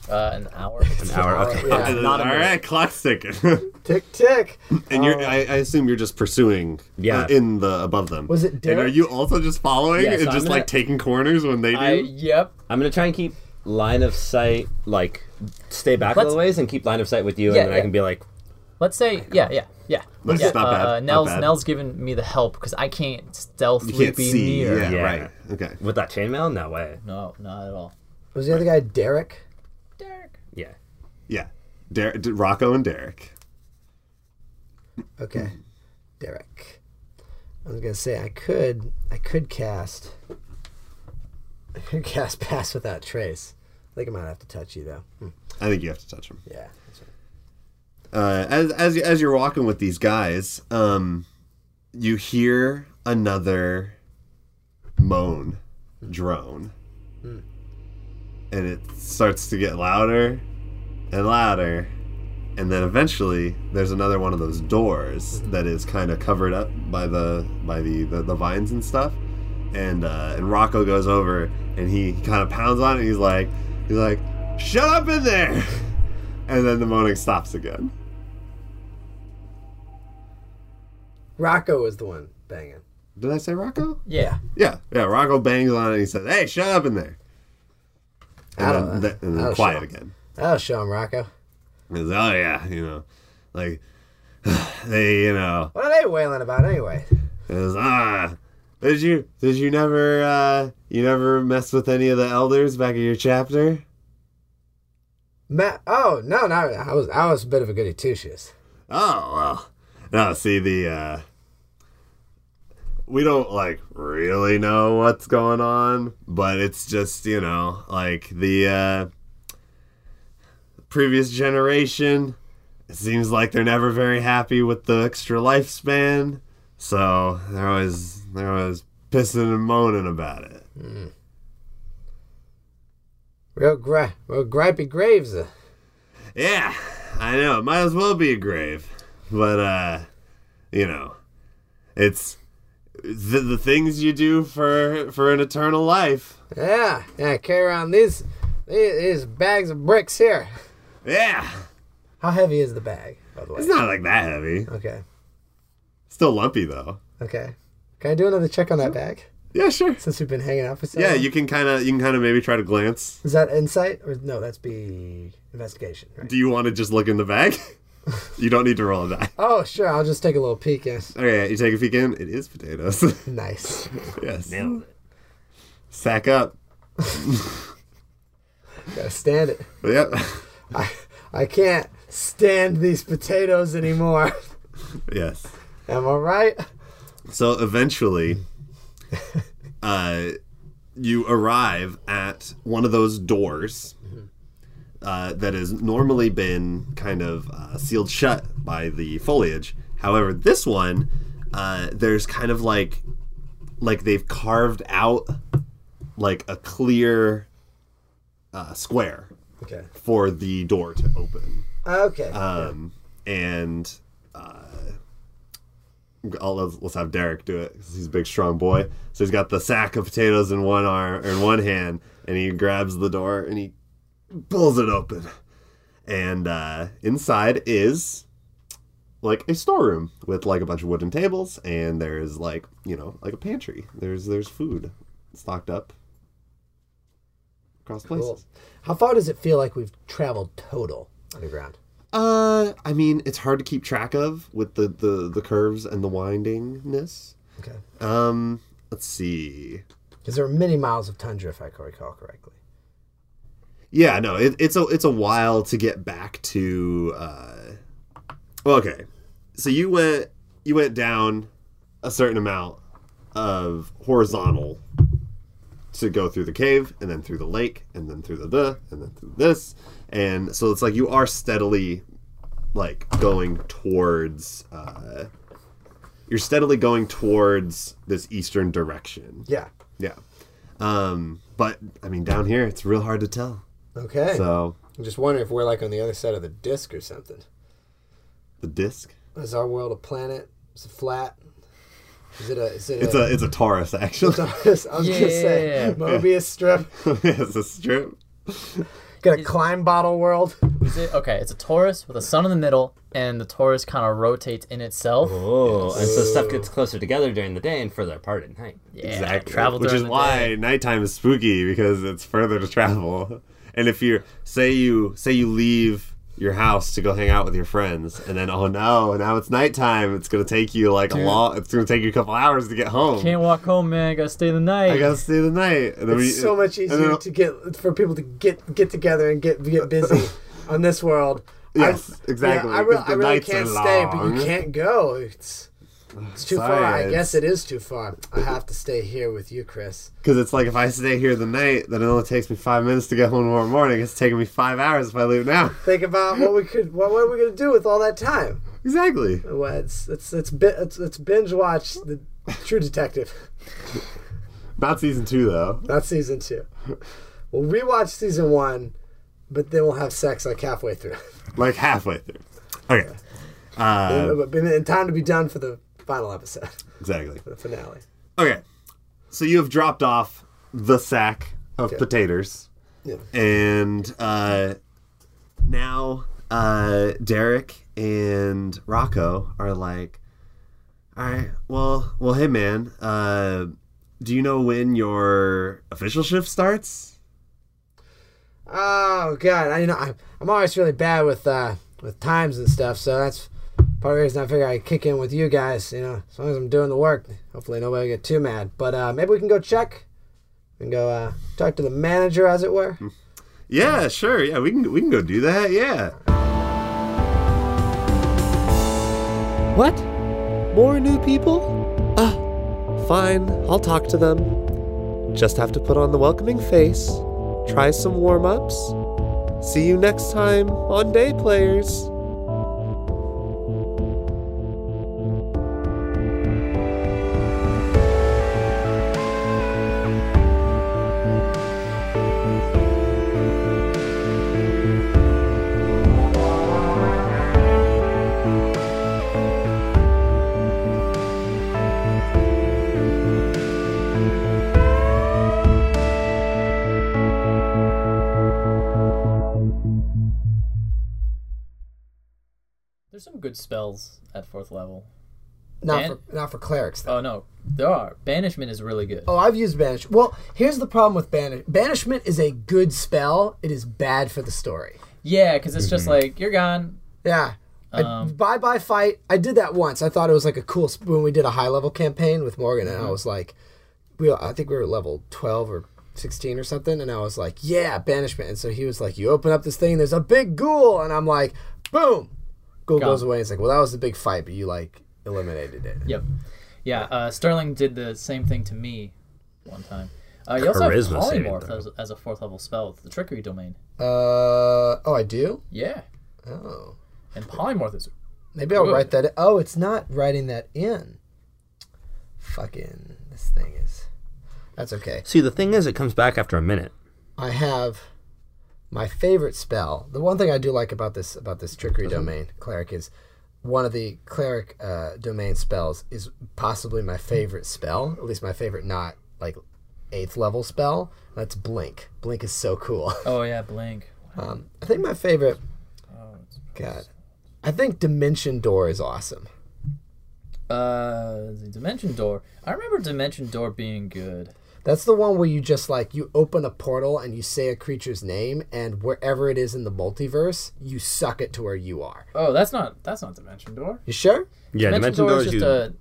Speaker 7: Uh, an hour.
Speaker 5: An hour. Okay.
Speaker 4: Yeah.
Speaker 2: All right, clock's ticking. [LAUGHS]
Speaker 4: Tick tick.
Speaker 2: and you're, I, I assume you're just pursuing.
Speaker 5: Yeah.
Speaker 2: uh, in the above them.
Speaker 4: Was it
Speaker 2: And are
Speaker 4: Derek?
Speaker 2: you also just following
Speaker 5: Yeah,
Speaker 2: and
Speaker 5: so I'm
Speaker 2: just
Speaker 5: gonna-
Speaker 2: like taking corners when they do?
Speaker 7: I, yep.
Speaker 5: I'm gonna try and keep line of sight, like stay back a
Speaker 7: Let's-
Speaker 5: little ways and keep line of sight with you,
Speaker 7: Yeah,
Speaker 5: and then
Speaker 7: yeah.
Speaker 5: I can be like,
Speaker 7: Let's say, yeah, yeah, yeah.
Speaker 2: That's
Speaker 7: yeah.
Speaker 2: not bad,
Speaker 7: Uh,
Speaker 2: not
Speaker 7: Nell's
Speaker 2: bad.
Speaker 7: Nell's giving me the help because I can't stealthily
Speaker 2: You can't
Speaker 7: be
Speaker 2: see.
Speaker 7: near.
Speaker 2: Yeah,
Speaker 5: Yeah.
Speaker 2: right. Okay.
Speaker 5: With that chainmail? No way.
Speaker 7: No, not at all.
Speaker 4: Was the other guy Derek?
Speaker 7: Derek.
Speaker 5: Yeah.
Speaker 2: Yeah. Der- D- Rocco and Derek.
Speaker 4: Okay, Derek. I was gonna say I could I could cast I could [LAUGHS] cast pass without trace. I think I might have to touch you though. Hmm,
Speaker 2: I think you have to touch him.
Speaker 4: Yeah.
Speaker 2: uh, as as you- as you're walking with these guys, um, you hear another moan, drone, and it starts to get louder and louder, and then eventually there's another one of those doors that is kind of covered up by the by the the, the vines and stuff, and uh, and Rocco goes over and he kind of pounds on it. And he's like he's like, shut up in there. [LAUGHS] And then the moaning stops again.
Speaker 4: Rocco was the one banging.
Speaker 2: Did I say Rocco?
Speaker 7: Yeah.
Speaker 2: Yeah, yeah. Rocco bangs on it and he says, "Hey, shut up in there."
Speaker 4: I
Speaker 2: And
Speaker 4: don't
Speaker 2: then,
Speaker 4: know.
Speaker 2: th- and
Speaker 4: I
Speaker 2: then
Speaker 4: don't
Speaker 2: quiet
Speaker 4: show.
Speaker 2: again.
Speaker 4: That'll Oh, show him, Rocco.
Speaker 2: He says, "Oh yeah, you know, like [SIGHS] they, you know,
Speaker 4: What are they wailing about anyway?
Speaker 2: it was, ah, did you did you never uh you never mess with any of the elders back at your chapter?
Speaker 4: Ma- oh no, no, I was I was a bit of a goody two shoes.
Speaker 2: Oh well, no. See the uh, we don't like really know what's going on, but it's just you know like the uh, previous generation. It seems like they're never very happy with the extra lifespan, so they're always they're always pissing and moaning about it.
Speaker 4: Real gri- real gripey graves. uh,
Speaker 2: Yeah, I know. It might as well be a grave. But, uh, you know, it's the, the things you do for for an eternal life.
Speaker 4: Yeah, yeah. Carry around these, these these bags of bricks here.
Speaker 2: Yeah,
Speaker 4: How heavy is the bag? By the way.
Speaker 2: it's not like that heavy.
Speaker 4: okay.
Speaker 2: Still lumpy though.
Speaker 4: Okay. Can I do another check on that bag
Speaker 2: Yeah, sure.
Speaker 4: since we've been hanging out for so
Speaker 2: Yeah,
Speaker 4: long?
Speaker 2: you can kind of you can kind of maybe try to glance.
Speaker 4: Is that insight or no? That's be investigation. Right?
Speaker 2: Do you want to just look in the bag? [LAUGHS] you don't need to roll a die.
Speaker 4: Oh sure, I'll just take a little peek. Yes.
Speaker 2: Okay, you take a peek in. It is potatoes. [LAUGHS]
Speaker 4: Nice.
Speaker 2: yes.
Speaker 5: Nailed it.
Speaker 2: Sack up.
Speaker 4: Gotta stand it.
Speaker 2: Yep. [LAUGHS]
Speaker 4: I I can't stand these potatoes anymore. [LAUGHS]
Speaker 2: yes.
Speaker 4: Am I right?
Speaker 2: So eventually, uh, you arrive at one of those doors uh, that has normally been kind of uh, sealed shut by the foliage. However, this one, uh, there's kind of like, like they've carved out like a clear uh, square
Speaker 4: Okay.
Speaker 2: for the door to open
Speaker 4: Okay.
Speaker 2: um, and uh, I'll, let's, let's have Derek do it 'cause he's a big, strong boy. So he's got the sack of potatoes in one arm, in one hand, and he grabs the door and he pulls it open. And uh, inside is like a storeroom with like a bunch of wooden tables, and there's like you know like a pantry. There's there's food stocked up across places.
Speaker 4: Cool. How far does it feel like we've traveled total underground?
Speaker 2: Uh, I mean, it's hard to keep track of with the the the curves and the windingness.
Speaker 4: Okay.
Speaker 2: Um, let's see.
Speaker 4: Because there are many miles of tundra, if I can recall correctly.
Speaker 2: Yeah, no, it, it's a it's a while to get back to. Uh, okay, so you went you went down a certain amount of horizontal to go through the cave and then through the lake and then through the duh, and then through this and so it's like you are steadily like going towards uh you're steadily going towards this eastern direction
Speaker 4: Yeah.
Speaker 2: yeah um but i mean down here it's real hard to tell
Speaker 4: Okay.
Speaker 2: so
Speaker 4: I'm just wondering if we're like on the other side of the disc or something.
Speaker 2: the disc
Speaker 4: Is our world a planet? Is it flat? Is it a? Is it
Speaker 2: it's a it's a taurus actually
Speaker 4: Taurus. [LAUGHS] I was gonna say
Speaker 7: Yeah.
Speaker 4: Mobius strip.
Speaker 2: [LAUGHS] it's a strip
Speaker 4: Got a climb bottle world.
Speaker 7: Is it okay? It's a Taurus with a sun in the middle, and the Taurus kind of rotates in itself.
Speaker 5: Oh, and so stuff gets closer together during the day and further apart at night.
Speaker 7: Yeah,
Speaker 2: Exactly.
Speaker 7: Travel
Speaker 2: Which
Speaker 7: during
Speaker 2: is
Speaker 7: the
Speaker 2: why
Speaker 7: day.
Speaker 2: nighttime is spooky because it's further to travel. And if you say you say you leave your house to go hang out with your friends, and then oh no, now it's nighttime. It's gonna take you like a long. It's gonna take you a couple hours to get home.
Speaker 7: Can't walk home, man. I gotta stay the night.
Speaker 2: I gotta stay the night. And then we-
Speaker 4: It's so much
Speaker 2: and
Speaker 4: easier
Speaker 2: then-
Speaker 4: to get for people to get get together and get
Speaker 2: [LAUGHS]
Speaker 4: get busy on this world. I-
Speaker 2: Yes, exactly,
Speaker 4: I, re-
Speaker 2: 'cause the
Speaker 4: I really
Speaker 2: nights are
Speaker 4: can't stay, but
Speaker 2: long.
Speaker 4: you can't go. It's it's too far.
Speaker 2: Sorry,
Speaker 4: I
Speaker 2: it's-
Speaker 4: guess it is too far. I have to stay here with you, Chris.
Speaker 2: Because it's like if I stay here the night, then it only takes me five minutes to get home tomorrow morning. It's taking me five hours if I leave now.
Speaker 4: Think about what we could. What, what are we gonna do with all that time?
Speaker 2: Exactly.
Speaker 4: Well, it's it's it's bi- it's, it's binge watch the True Detective.
Speaker 2: Not season two though.
Speaker 4: Not season two. We'll rewatch season one, but then we'll have sex like halfway through.
Speaker 2: Like halfway through. Okay. Uh,
Speaker 4: [LAUGHS] But in time to be done for the final episode, [LAUGHS]
Speaker 2: exactly.
Speaker 4: the finale.
Speaker 2: Okay. So you have dropped off the sack of
Speaker 4: Okay.
Speaker 2: potatoes.
Speaker 4: Yeah.
Speaker 2: And uh, now uh, Derek and Rocco are like, all right, well, well, hey, man, uh, do you know when your official shift starts?
Speaker 4: Oh god, I you know I, I'm always really bad with uh with times and stuff, so that's part of the reason I figure I kick in with you guys. You know, as long as I'm doing the work, hopefully nobody will get too mad. But uh, maybe we can go check. We can go uh, talk to the manager, as it were.
Speaker 2: Yeah, sure. Yeah, we can we can go do that. Yeah.
Speaker 8: What? More new people? Ah, fine, I'll talk to them. Just have to put on the welcoming face, try some warm ups. See you next time on Day Players.
Speaker 7: There's some good spells at fourth level.
Speaker 4: Not
Speaker 7: And-
Speaker 4: for not for clerics though.
Speaker 7: Oh no, there are. Banishment is really good.
Speaker 4: Oh, I've used banish. Well, here's the problem with banish. Banishment is a good spell. It is bad for the story.
Speaker 7: Yeah, because it's
Speaker 2: Mm-hmm.
Speaker 7: just like you're gone.
Speaker 4: Yeah. bye bye fight. I did that once. I thought it was like a cool sp- when we did a high level campaign with Morgan, and I was like, we I think we were level twelve or sixteen or something, and I was like, yeah, banishment. And so he was like, you open up this thing, there's a big ghoul, and I'm like, boom, ghoul goes away. It's like, well, that was the big fight, but you like eliminated it.
Speaker 7: Yep. Yeah. Uh, Sterling did the same thing to me one time. Uh, you also have
Speaker 5: Charisma saving
Speaker 7: polymorph
Speaker 5: throw.
Speaker 7: as, as a fourth level spell with the trickery domain.
Speaker 4: Uh oh, I do.
Speaker 7: Yeah.
Speaker 4: Oh,
Speaker 7: And polymorph
Speaker 5: [SIGHS]
Speaker 7: is
Speaker 4: maybe I'll
Speaker 7: Good.
Speaker 4: write that. Oh, it's not writing that in. Fucking this thing is. That's okay.
Speaker 5: See, the thing is, it comes back after a minute.
Speaker 4: I have my favorite spell. The one thing I do like about this about this trickery domain cleric is one of the cleric uh, domain spells is possibly my favorite spell. At least my favorite, not like eighth level spell. That's blink. Blink is so cool. [LAUGHS]
Speaker 7: Oh yeah, blink.
Speaker 4: Um, I think my favorite. God, I think dimension door is awesome.
Speaker 7: Uh, the dimension door. I remember dimension door being good.
Speaker 4: That's the one where you just like you open a portal and you say a creature's name, and wherever it is in the multiverse, you suck it to where you are.
Speaker 7: Oh, that's not that's not dimension door.
Speaker 4: You sure?
Speaker 5: Yeah, Dimension Door is
Speaker 7: just
Speaker 5: you.
Speaker 7: a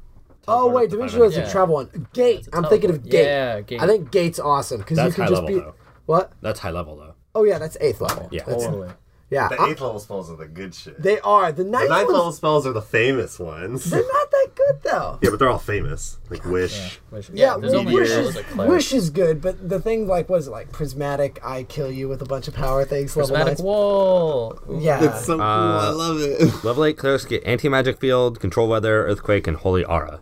Speaker 4: Oh wait, Dimension Door is
Speaker 7: Yeah.
Speaker 4: a travel one. Gate. I'm thinking of
Speaker 7: teleport.
Speaker 4: gate.
Speaker 7: Yeah, gate.
Speaker 4: I think gate's awesome because you
Speaker 5: That's
Speaker 4: can
Speaker 5: high
Speaker 4: just
Speaker 5: level,
Speaker 4: be.
Speaker 5: though.
Speaker 4: What?
Speaker 5: That's high level, though.
Speaker 4: Oh yeah, that's eighth level.
Speaker 5: Yeah.
Speaker 4: That's-
Speaker 7: totally.
Speaker 4: yeah.
Speaker 2: The
Speaker 4: I-
Speaker 2: eighth level spells are the good shit.
Speaker 4: they are the
Speaker 2: the
Speaker 4: ninth.
Speaker 2: ninth
Speaker 4: ones-
Speaker 2: level spells are the famous ones.
Speaker 4: They're not that good though.
Speaker 2: yeah, but they're all famous. Like wish.
Speaker 7: Which-
Speaker 4: Yeah,
Speaker 7: there's
Speaker 4: well,
Speaker 7: only
Speaker 4: wish,
Speaker 7: those
Speaker 4: is,
Speaker 7: that cleric.
Speaker 4: wish is good, but the thing like was it like prismatic? I kill you with a bunch of power things.
Speaker 7: Prismatic
Speaker 4: level
Speaker 7: wall.
Speaker 4: nine. Yeah,
Speaker 2: It's
Speaker 8: Uh,
Speaker 2: so cool. I love it.
Speaker 5: Level 8 clerics get anti magic field, control weather, earthquake, and holy aura.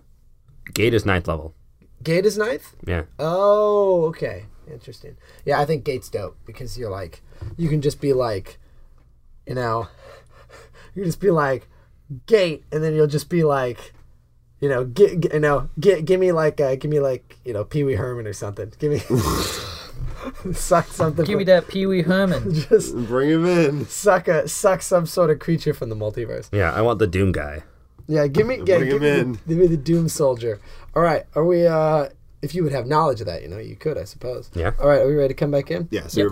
Speaker 5: Gate is ninth level.
Speaker 4: gate is ninth.
Speaker 5: Yeah.
Speaker 4: Oh, okay. Interesting. Yeah, I think Gate's dope because you're like, you can just be like, you know, [LAUGHS] you can just be like, Gate, and then you'll just be like, you know, get, you know, get, give me like, uh, give me like, you know, Pee Wee Herman or something. Give me, [LAUGHS] suck something.
Speaker 7: Give me
Speaker 4: from-
Speaker 7: that Pee Wee Herman.
Speaker 4: Just
Speaker 2: Bring him in.
Speaker 4: suck a, suck some sort of creature from the multiverse.
Speaker 5: Yeah, I want the Doom guy.
Speaker 4: Yeah, give me, yeah,
Speaker 2: Bring him
Speaker 4: give, me the-
Speaker 2: in.
Speaker 4: give me the Doom Soldier. All right, are we? uh If you would have knowledge of that, you know, you could, I suppose.
Speaker 5: Yeah.
Speaker 4: All right, are we ready to come back in?
Speaker 2: Yeah, so you're